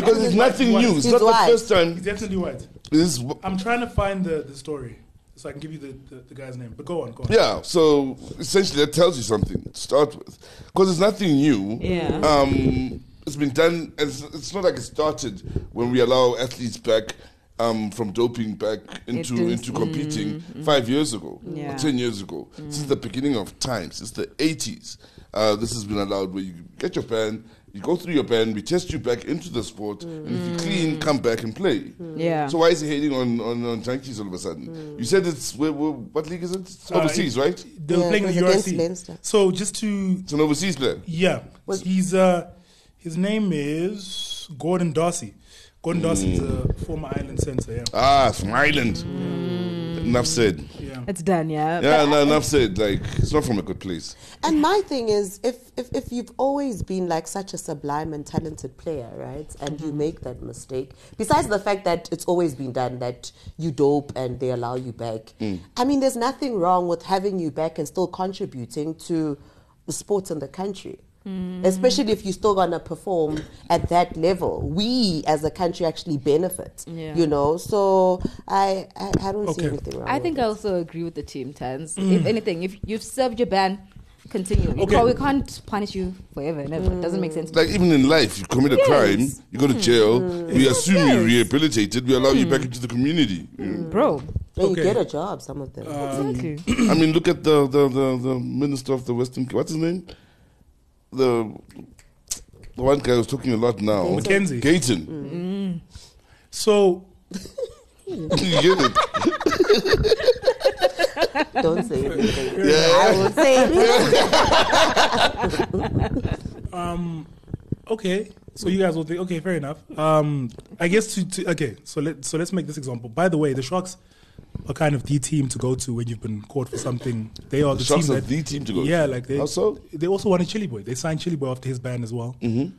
C: Because it's nothing new. It's
F: He's
C: not
F: white.
C: the first time.
E: definitely white.
C: This,
E: I'm trying to find the, the story so I can give you the, the, the guy's name. But go on, go on.
C: yeah. So essentially, that tells you something to start with, because it's nothing new.
D: Yeah.
C: Um, it's been done. It's, it's not like it started when we allow athletes back. Um, from doping back into
D: is- mm,
C: into competing five years ago
D: Yeah. Mm.
C: or ten years ago, since the beginning of time, since the 80s, uh, this has been allowed where you get your ban, you go through your ban, we test you back into the sport, and if
D: Mm.
C: you clean, come back and play.
D: Yeah. Hmm.
C: So why is he hating on, on, on junkies all of a sudden? You said it's, where, where- what league is it? It's
E: Uh,
C: overseas,
E: it-
C: right?
E: They were
F: Yeah,
E: playing
F: it
E: the
F: was against
E: URC.
F: Leinster.
E: So just to
C: It's an overseas player.
E: yeah,
F: Was-
E: he's uh, his name is Gordon Darcy. Gordon Darcy is a former Ireland centre. Yeah,
C: Ah, from Ireland.
D: Hmm.
C: Enough said.
E: yeah.
D: It's done, yeah.
C: Yeah, no, enough said. Like, it's not from a good place.
F: And my thing is, if, if, if you've always been like such a sublime and talented player, right, and you make that mistake, besides the fact that it's always been done that you dope and they allow you back, I mean, there's nothing wrong with having you back and still contributing to the sports in the country. Especially if you're still gonna perform at that level, we as a country actually benefit.
D: Yeah.
F: You know, so I I, I don't see
E: Okay.
F: anything wrong.
D: Mm. I think I also agree with the team, Tans. If anything, if you've served your ban, Continue.
E: Okay.
D: Well, we can't punish you forever and ever. It doesn't make sense.
C: Like even in life, you commit a
D: Yes. Hmm.
C: crime, you go to jail. We assume
D: Yes. Hmm.
C: you're rehabilitated. We allow you back into the community.
D: Bro.
F: And
E: Okay.
F: you get a job, some of them.
E: Um,
D: Exactly.
C: I mean, look at the the, the, the minister of the Western. What's his name? The the one guy who's talking a lot now.
E: Mackenzie.
C: Gayton.
D: Hmm.
E: So
C: you get it?
E: Um, Uh,
F: Don't say anything.
C: Yeah.
F: I will say anything.
E: okay, so you guys will think okay, fair enough. Um, I guess to, to okay, so let so let's make this example. By the way, the Sharks are kind of the team to go to when you've been caught for something. They are the,
C: Sharks
E: team
C: are
E: that
C: the team to go
E: Yeah,
C: to.
E: like they
C: How so?
E: they also wanted Chili Boy. They signed Chili Boy after his ban as well. Mm-hmm.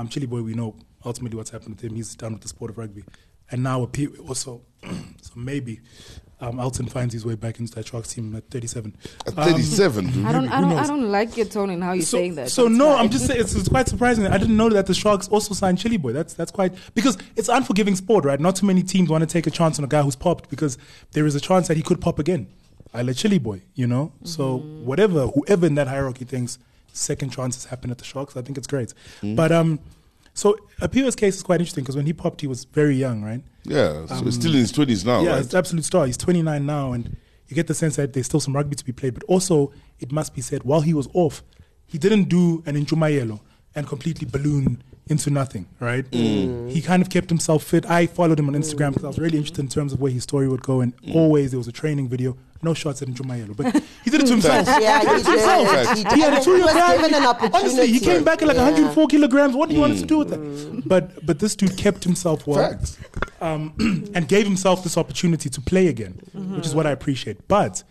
E: Um, Chili Boy, we know ultimately what's happened with him. He's done with the sport of rugby, and now a P- also. so maybe um, Elton finds his way back into that Sharks team at 37.
C: At
E: Um,
C: 37, dude.
D: I don't,
E: Maybe,
D: I
E: who
D: don't,
E: knows?
D: I don't like your tone and how you're
E: so,
D: saying that.
E: So
D: That's
E: no,
D: why-
E: I'm just saying it's, it's quite surprising. I didn't know that the Sharks also signed Chili Boy. That's that's quite because it's unforgiving sport, right? Not too many teams want to take a chance on a guy who's popped because there is a chance that he could pop again. I let Chili Boy, you know. So
D: Mm-hmm.
E: whatever, whoever in that hierarchy thinks second chances happen at the Sharks, I think it's great.
D: Mm-hmm.
E: But um, so Apiwa's case is quite interesting because when he popped, he was very young, right?
C: Yeah, so he's still in his 20s now.
E: yeah,
C: Oh, right?
E: it's an absolute star. He's 29 now, and you get the sense that there's still some rugby to be played. But also, it must be said, while he was off, he didn't do an Injumayelo and completely balloon into nothing, right?
C: Mm.
E: He kind of kept himself fit. I followed him on Instagram because I was really interested in terms of where his story would go. And
C: Mm.
E: always there was a training video, no shots at Injumayelo, but he did it to himself.
F: Yeah, he did.
E: himself.
F: He
E: He had a
F: did.
E: two
F: He was
E: grand.
F: given an
E: Honestly, he
F: opportunity.
E: came back at like
F: Yeah.
E: 104 kilograms. What do you want us to do with that? But but this dude kept himself well
C: Mm. Facts.
E: and gave himself this opportunity to play again, which is what I appreciate. But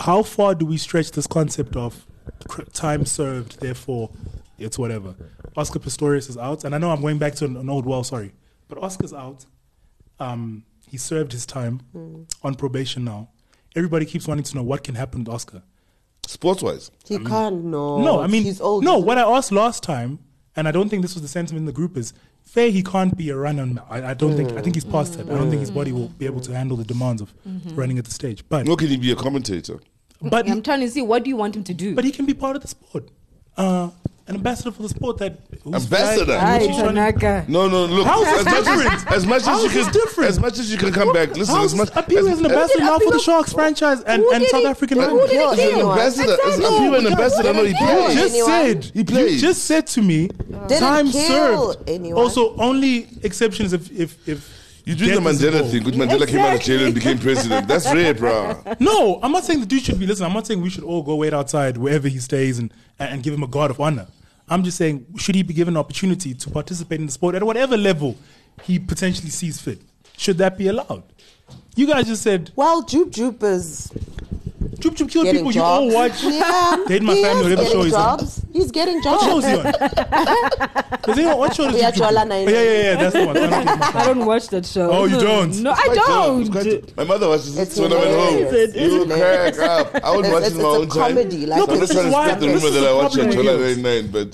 E: how far do we stretch this concept of cr- time served, therefore it's whatever? Oscar Pistorius is out, and I know I'm going back to an, an old well, sorry, but Oscar's out. Um, he served his time on probation now. Everybody keeps wanting to know what can happen with Oscar.
C: Sports wise.
F: He can't know.
E: No, I mean,
F: he's old.
E: no. What I asked last time, and I don't think this was the sentiment in the group is fair. He can't be a run on. I, I don't think. I think he's past that. I don't think his body will be able to handle the demands of
D: Mm-hmm.
E: running at the stage. But
C: Nor can he be a commentator.
E: but
D: I'm trying to see what do you want him to do.
E: but he can be part of the sport. Uh, an ambassador for the sport that who's
C: Ambassador?
E: flag-
D: Ay,
E: which is trying to-
D: Tanaka.
C: No, no, look.
E: How is
C: as,
E: this
C: much as,
E: different?
C: as much
E: How
C: as you
E: is this
C: can,
E: different?
C: as much as you can come back. Listen,
E: How's
C: as much
E: Appiah
C: as,
E: is an ambassador now for the Sharks franchise and,
D: Who
E: and
D: did
E: South
D: he-
E: African
D: who
E: rugby.
D: did he
C: He's an
D: kill?
C: ambassador. As-
D: Exactly.
C: Appiah an ambassador. No, he
D: Who
E: You
C: plays.
E: just
F: Anyone?
E: said
C: He played.
E: You just said to me
F: Didn't
E: time
F: kill
E: served.
F: anyone.
E: Also, only exceptions if if if
C: You do the
E: death is
C: Mandela
E: involved.
C: thing, which Mandela came out of jail and
D: Exactly.
C: became president. That's rare, bruh.
E: No, I'm not saying the dude should be. Listen, I'm not saying we should all go wait outside wherever he stays and and give him a guard of honor. I'm just saying should he be given an opportunity to participate in the sport at whatever level he potentially sees fit? Should that be allowed? You guys just said
F: Well, Jupe Jupe is
E: Chup Chup killed
F: getting
E: people. You all
F: jobs.
E: watch.
F: Yeah,
E: They had my
F: he
E: family,
F: is
E: whatever show
F: getting
E: he's on.
F: jobs. He's getting
E: What
F: jobs.
E: show is he on? Does anyone what show does
F: We are
E: Jup Jup do?
F: Jwala Nine.
E: Oh, Yeah, yeah, yeah. That's the one. That's the one.
D: I don't watch that show.
E: Oh, you don't?
D: No, I
C: Quite dumb. It's
D: don't.
C: quite dumb. My mother watches
F: It's
C: this when I went home.
F: hilarious. It's
C: You
F: hilarious.
C: crack up. I would
F: It's-
C: watch it
F: it's-
C: in my
F: it's a
C: own time.
F: comedy, like
E: No,
C: no,
E: but
C: I'm
E: this
C: just
E: is
C: trying to
E: why-
C: split the
E: this
C: rumor
E: is
C: that
E: the
C: I watch
E: problem
C: at
E: with
C: 1299, but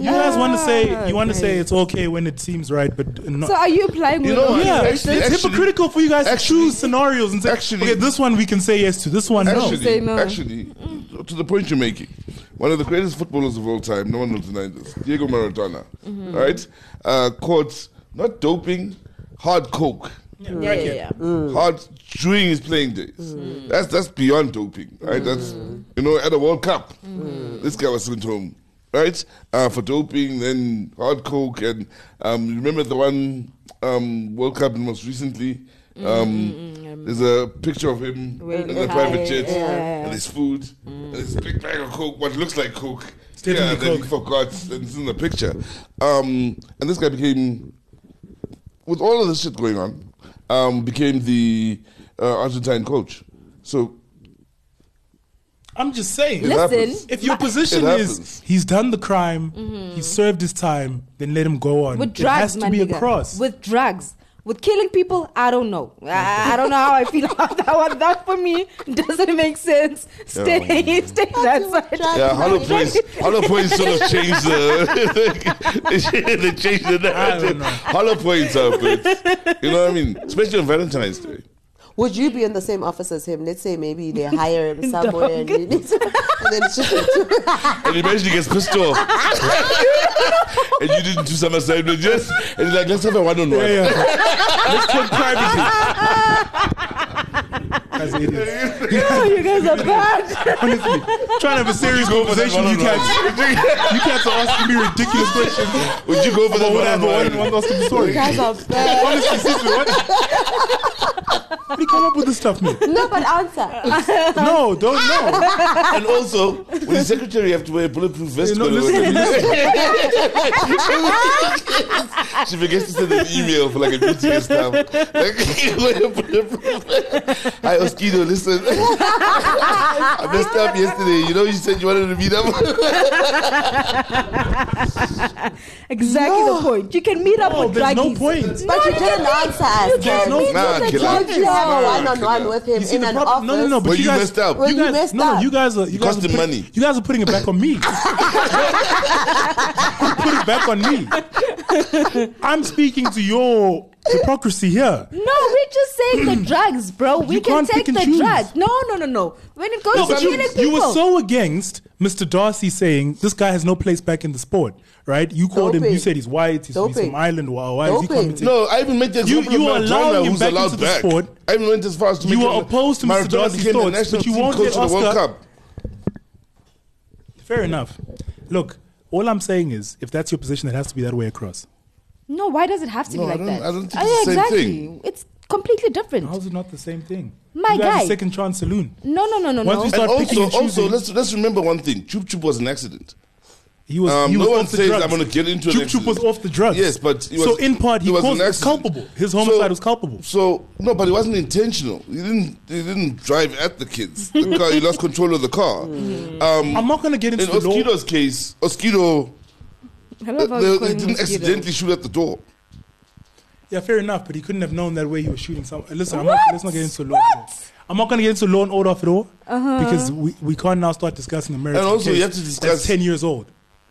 E: You guys want to say you want to say it's okay when it seems right, but not.
D: So are you implying
C: You
D: we're
C: know
D: not
C: what?
E: Yeah,
C: Actually-
E: it's
C: actually-
E: hypocritical for you guys
C: actually-
E: to choose scenarios and say,
C: actually-
E: okay, this one we can say yes to, this one no.
D: Say
C: actually,
D: no.
C: actually, to the point you're making, one of the greatest footballers of all time, no one will deny this, Diego Maradona,
D: Mm-hmm.
C: right? Uh, caught not doping, hard coke.
D: Yeah, yeah, yeah.
C: hard during his playing days.
D: Mm.
C: That's that's beyond doping, right? That's you know at a World Cup,
D: Mm.
C: this guy was sent home, right? Uh, for doping, then hard coke, and um, you remember the one um, World Cup most recently.
D: Mm-hmm.
C: Um, There's a picture of him
D: Waiting
C: in the
D: high,
C: private jet,
D: yeah.
C: and his food,
E: Mm.
C: and his big bag of coke, what looks like coke.
E: Still in
C: yeah,
E: the
C: that
E: Coke.
C: he forgot, and it's in the picture. Um, and this guy became with all of this shit going on, um, became the uh, Argentine coach. So
E: I'm just saying.
C: it happens.
D: Listen,
E: If your position
C: It
E: is
C: happens.
E: he's done the crime,
F: Mm-hmm.
E: he served his time, then let him go on.
D: with
E: it
D: drugs,
E: has to
D: man.
E: be a cross.
D: With drugs. With killing people, I don't know. I, I don't know how I feel about that one. That for me doesn't make sense. Stay, stay that side.
C: yeah, Hollow Points, Hollow Points sort of changed the they changed the
E: I don't
C: narrative.
E: know.
C: Hollow Points are but, you know what I mean, especially on Valentine's Day.
F: Would you be in the same office as him? Let's say maybe they hire him somewhere and, you need to, and then it's just
C: And eventually gets pissed off. and you didn't do some assignment, yes? And he's like, let's have a one on one.
E: Let's talk privately. As it is.
D: Oh, you guys are bad.
E: Honestly, trying to have a serious
C: go for that
E: conversation. You can't. You can't are asking me ridiculous questions.
C: Would you go for that
E: But what I have
C: one
E: one
C: on one?
E: one asking me sorry.
F: you guys are bad.
E: Honestly, seriously, what? How do you come up with this stuff, man?
F: No, but answer.
E: No, don't know.
C: And also, when the secretary you have to wear a bulletproof vest,
E: You're not
C: when you
E: listening.
C: she forgets to send an email for like a BTS stuff. Like, Hi, Oskido, listen. I messed up yesterday. You know, you said you wanted to meet up.
D: Exactly the point. You can meet up
E: No,
D: with
E: there's
D: druggies.
E: no point.
F: But you didn't answer us.
E: There's no
D: meet
E: point.
C: Nah,
D: with
C: killer.
F: Why would you have a
D: druggies.
C: Nah.
F: one-on-one with him
E: You see,
F: in
E: the
F: an
E: problem,
F: office?
E: no, no, no, but
C: Well,
E: you
C: you
E: guys
C: messed up.
E: You,
F: You
E: guys,
F: messed
E: no, no,
F: up.
E: you guys are you guys
C: cost
E: are
C: him
E: putting,
C: money.
E: You guys are putting it back on me. Put it back on me. I'm speaking to your hypocrisy here.
D: No, we're just saying the drugs, bro. We
E: You
D: can
E: can't
D: take
E: pick and
D: the
E: choose.
D: drugs. No, no, no, no. When it goes
E: No,
D: to
E: but you,
D: killing
E: you were
D: people-
E: so against Mr. Darcy saying this guy has no place back in the sport, right? You called him. You
F: Doping.
E: said he's white. He's, he's
F: Doping.
E: from Ireland. Why, why is he
F: Doping.
E: commenting?
C: No, I even made the
E: You-
C: example
E: you
C: of
E: are allowing
C: Maradona,
E: him
C: who's
E: back
C: allowed
E: into the
C: back.
E: sport.
C: I even went as far as to
E: You
C: make
E: were
C: him-
E: opposed to Mr.
C: Maradona
E: Darcy's
C: became the
E: thoughts,
C: national
E: but you
C: team
E: won't
C: coach
E: let
C: of the World
E: Oscar-
C: Cup.
E: Fair enough. Look, all I'm saying is, if that's your position, it has to be that way across.
D: No, why does it have to
C: No,
D: be
C: I
D: like
C: don't-
D: that?
C: I don't think
D: Oh,
C: it's the
D: yeah,
C: same
D: exactly.
C: thing.
D: It's completely different.
E: How's it not the same thing?
D: My
E: you guys
D: guy.
E: are second chance saloon.
D: No, no, no, no,
E: Once
D: no.
E: you start
C: And
E: picking
C: also,
E: and choosing,
C: also let's let's remember one thing: Chup Chup was an accident.
E: he was,
C: Um,
E: he was
C: no
E: off
C: one
E: the
C: says
E: drugs.
C: I'm going to get into
E: Chup
C: an
E: Chup was
C: accident.
E: off the drugs.
C: Yes, but it was,
E: so in part he
C: it was an
E: caused was
C: accident.
E: culpable. His homicide
C: So-
E: was culpable.
C: So no, but it wasn't intentional. He didn't he didn't drive at the kids. The car, he lost control of the car.
D: Mm.
C: Um,
E: I'm not going to get
C: in
E: into the law.
C: Oskido's case, Oskido
D: I
C: uh,
D: love how
C: they-
D: you
C: they
D: calling
C: didn't
D: me mosquito.
C: accidentally shoot at the door.
E: Yeah, fair enough, but he couldn't have known that way he was shooting someone. Listen, I'm
D: What?
E: not, let's not get into law.
D: What?
E: I'm not going to get into law and order of it all
F: Uh-huh.
E: because we, we can't now start discussing America.
C: And also,
E: case
C: you have to
E: that's
C: discuss-
E: 10 years old.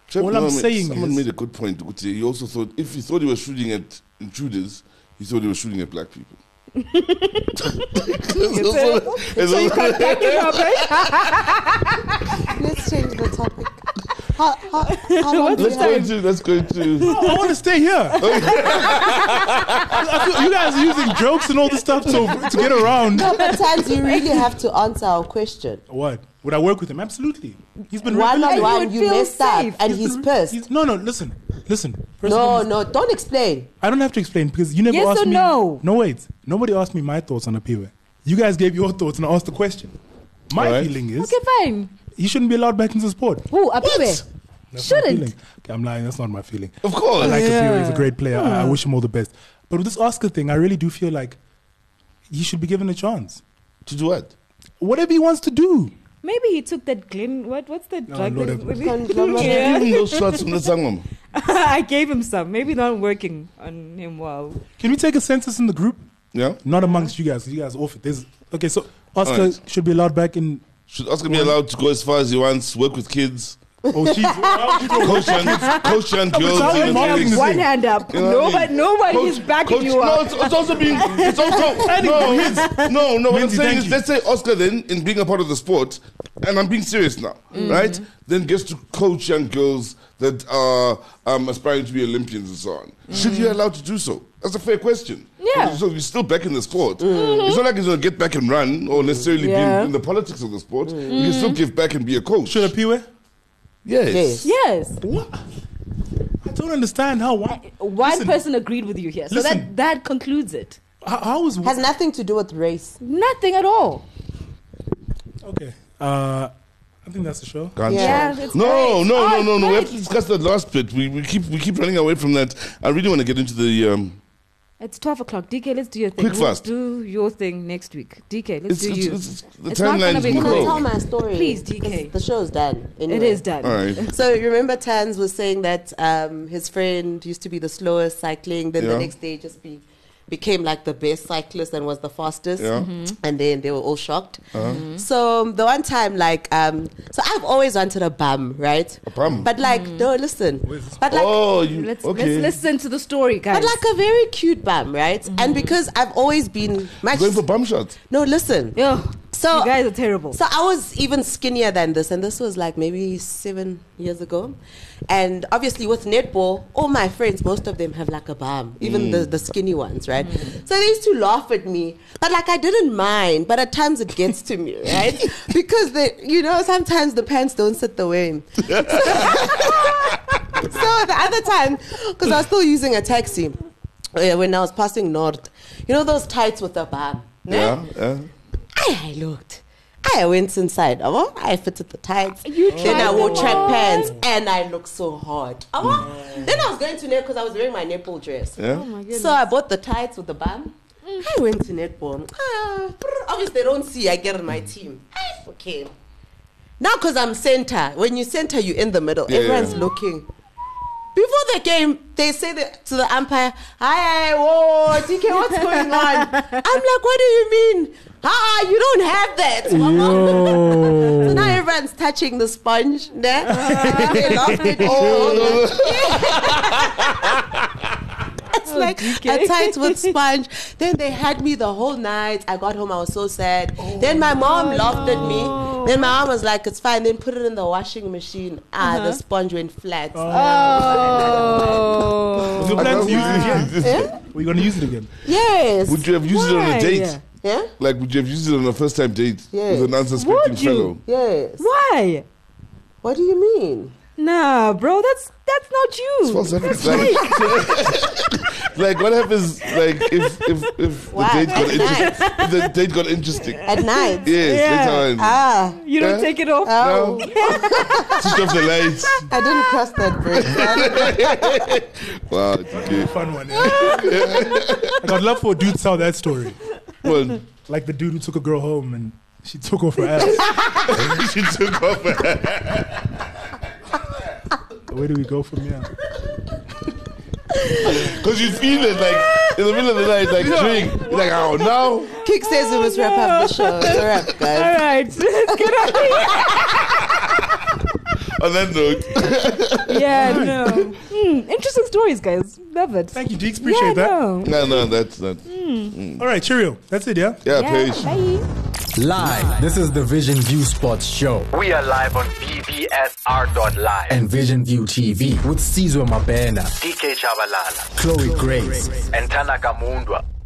C: Trevor
E: all I'm
C: Mohammed,
E: saying
C: someone
E: is,
C: made a good point. Ukuthi. He also thought if he thought he was shooting at intruders, he thought he was shooting at black people. It's also- it's also-
F: Let's change the topic. How, how, how long do we
C: Let's go
F: have?
C: into let's go into
E: I want to stay here.
C: Oh,
E: I feel- you guys are using jokes and all this stuff to, to get around.
F: No, but Tans, you really have to answer our question.
E: What? Would I work with him? Absolutely. He's been
F: One on
E: rehabilitated.
F: one,
D: would
F: you
D: feel
F: messed
D: safe.
F: up, and he's
E: He's-
F: pissed.
E: he's- no, no, listen. Listen. First of all,
F: No, no, don't explain.
E: I don't have to explain because you never
D: Yes
E: asked
D: or
E: me.
D: no?
E: No, wait. Nobody asked me my thoughts on a Apiwe. You guys gave your thoughts and asked the question. My
C: Alright.
E: feeling is
D: Okay, fine.
E: he shouldn't be allowed back into the sport.
D: Who? Apiwe.
E: That's my
D: Shouldn't.
E: feeling. Okay, I'm lying. That's not my feeling.
C: Of course.
E: I like
C: Yeah.
E: Apiwe. He's a great player. I, I
D: Hmm.
E: wish him all the best. But with this Oscar thing, I really do feel like he should be given a chance.
C: to do what?
E: Whatever he wants to do.
D: Maybe he took that Glen. What? What's that
E: No,
D: drug?
E: Lord
D: that-
E: have
D: was
F: mercy.
D: it-
C: Give him those shots from the sangoma.
D: I gave him some. Maybe not working on him well.
E: Can we take a census in the group?
C: Yeah.
E: Not amongst you guys. 'cause You guys are off it. There's, okay, so Oscar
C: Alright.
E: should be allowed back in.
C: Should Oscar be allowed to go as far as he wants, work with kids,
E: Oh, jeez.
C: coach young, coach young girls?
E: sorry,
C: in the
E: Mark.
C: leagues?
E: This
D: One
E: thing.
D: hand up.
C: You know what I
D: Nobody,
C: mean?
D: nobody
C: Coach-
D: is backing
C: coach-
D: you
C: no,
D: up.
C: it's, it's also being, it's also, no, no, no, what I'm
E: Mindy,
C: saying
E: thank
C: is,
E: you.
C: let's say Oscar then, in being a part of the sport, and I'm being serious now,
D: Mm-hmm.
C: right? Then gets to coach young girls that are um, aspiring to be Olympians and so on. Should he be allowed to do so? That's a fair question.
D: Mm-hmm. Yeah. Mm-hmm.
C: So he's still back in the sport. It's not like he's going to get back and run or necessarily be
D: Yeah. Mm-hmm.
C: in, in the politics of the sport. He can still give back and be a coach.
E: Should Apiwe?
C: Yes.
F: Yes.
D: Yes.
E: What? I don't understand how one,
D: One
E: Listen,
D: person agreed with you here. So
E: Listen.
D: that, that concludes it.
E: How, how is
F: Has nothing to do with race.
D: Nothing at all.
E: okay? Uh, I think that's the show.
C: Gunshot.
D: Yeah, it's
C: no,
D: great.
C: no,
D: Oh,
C: no, no, no. We have
D: great.
C: to discuss that last bit. We, we keep we keep running away from that. I really want to get into the. Um,
D: It's 12 o'clock. DK, let's do your thing.
C: Quick
D: We'll
C: fast.
D: do your thing next week. DK,
C: It's-
D: let's do
C: it's-
D: you.
C: it's- the
D: not gonna
C: timeline
D: be
C: is
F: Can
D: quick.
C: Bro.
F: I tell my story?
D: Please, DK.
F: 'Cause The show's done.
D: It
F: anyway.
D: is done.
C: all right.
F: So remember, Tans was saying that um, his friend used to be the slowest cycling. Then
C: Yeah.
F: the next day, just be became like the best cyclist and was the fastest.
C: Yeah.
D: Mm-hmm.
C: Uh-huh. Mhm.
F: And then they were all shocked. So um, the one time, like, um, so I've always wanted a bum, right? A
C: bum?
F: But like,
D: Mm.
F: no, listen. But like,
C: oh, you,
D: Let's,
C: okay.
D: let's listen to the story, guys.
F: but like a very cute bum, right? And because I've always been my
C: Mm-hmm. Going for bum shots.
F: no, listen.
D: Yo,
F: So
D: you guys are terrible.
F: So I was even skinnier than this, and this was like maybe seven years ago. And obviously, with netball, all my friends, most of them have like a bum, even the, the skinny ones, right? So they used to laugh at me, but like I didn't mind. But at times it gets to me, right? because they, you know, sometimes the pants don't sit the way. so the other time, because I was still using a taxi uh, when I was passing north, you know those tights with the bum, ne?
C: Yeah, yeah.
F: I, I looked. I went inside. abo. I fitted the tights.
D: You
F: then I
D: tried
F: wore
D: it
F: track
D: on.
F: pants and I looked so hot. abo. Then I was going to netball because I was wearing my netball dress.
D: Oh
C: Yeah.
F: so I bought the tights with the bum. I went to netball. Ah, brr. obviously, they don't see I get on my team. Ah, Okay. Now, because I'm center, when you center, you're in the middle.
C: Yeah,
F: Everyone's
C: yeah.
F: looking. Before the game, they say that to the umpire, hi, hi, whoa, TK, what's going on? I'm like, what do you mean? Ah, you don't have that.
E: Yo.
F: so now everyone's touching the sponge. Nah? and they laughed at all. It's like a tight with sponge. Then they had me the whole night. I got home, I was so sad. then my mom laughed at me. Then my mom was like, it's fine. Then put it in the washing machine. Ah, the sponge went flat.
D: oh.
E: Is your plan to use it again?
F: Yeah?
E: We're going to use it again.
F: Yes.
C: Would you have used it on
D: Why?
C: a date?
F: yeah?
C: Like, would you have used it on a first time date
F: Yeah.
C: with an unsuspecting
D: Would you?
C: fellow?
F: Yes.
D: Why?
F: What do you mean?
D: Nah, bro, that's that's not you.
C: What's happening? Like, like, what happens? Like, if if if
F: Wow,
C: the date got
F: that's
C: interesting, if the date got interesting.
F: At night?
C: Yes,
D: Yeah.
C: later on.
F: Ah.
D: you don't
C: Yeah.
D: take it off.
F: Oh.
C: No. Switch off the lights.
F: I didn't cross that bridge.
C: Wow, okay.
E: Fun one. Yeah. Like, I'd love for a dude to tell that story.
C: Well,
E: Like the dude who took a girl home and she took off her ass.
C: she took off. her-
E: Where do we go from here?
C: Cause you feel it like in the middle of the night, like drink. You're like, oh now.
F: Kick says we must wrap up the show. It's a wrap,
D: All
F: guys.
D: right, let's get out of here.
C: On that note,
D: Yeah, no. Hmm, interesting stories, guys. Love it.
E: Thank you, Deeks. Appreciate
D: yeah,
E: that.
C: no,
D: No.
C: no, that's that.
E: All right, cheerio. That's it, yeah?
C: Yeah,
D: Yeah,
C: please.
D: bye.
B: Live. This is the Vision View Sports Show
G: We are live on BBSR.live.
B: and Vision View TV with Cesar Mabena,
G: DK Chavalala
B: Chloe Grace,
G: and Tanaka Mundwa.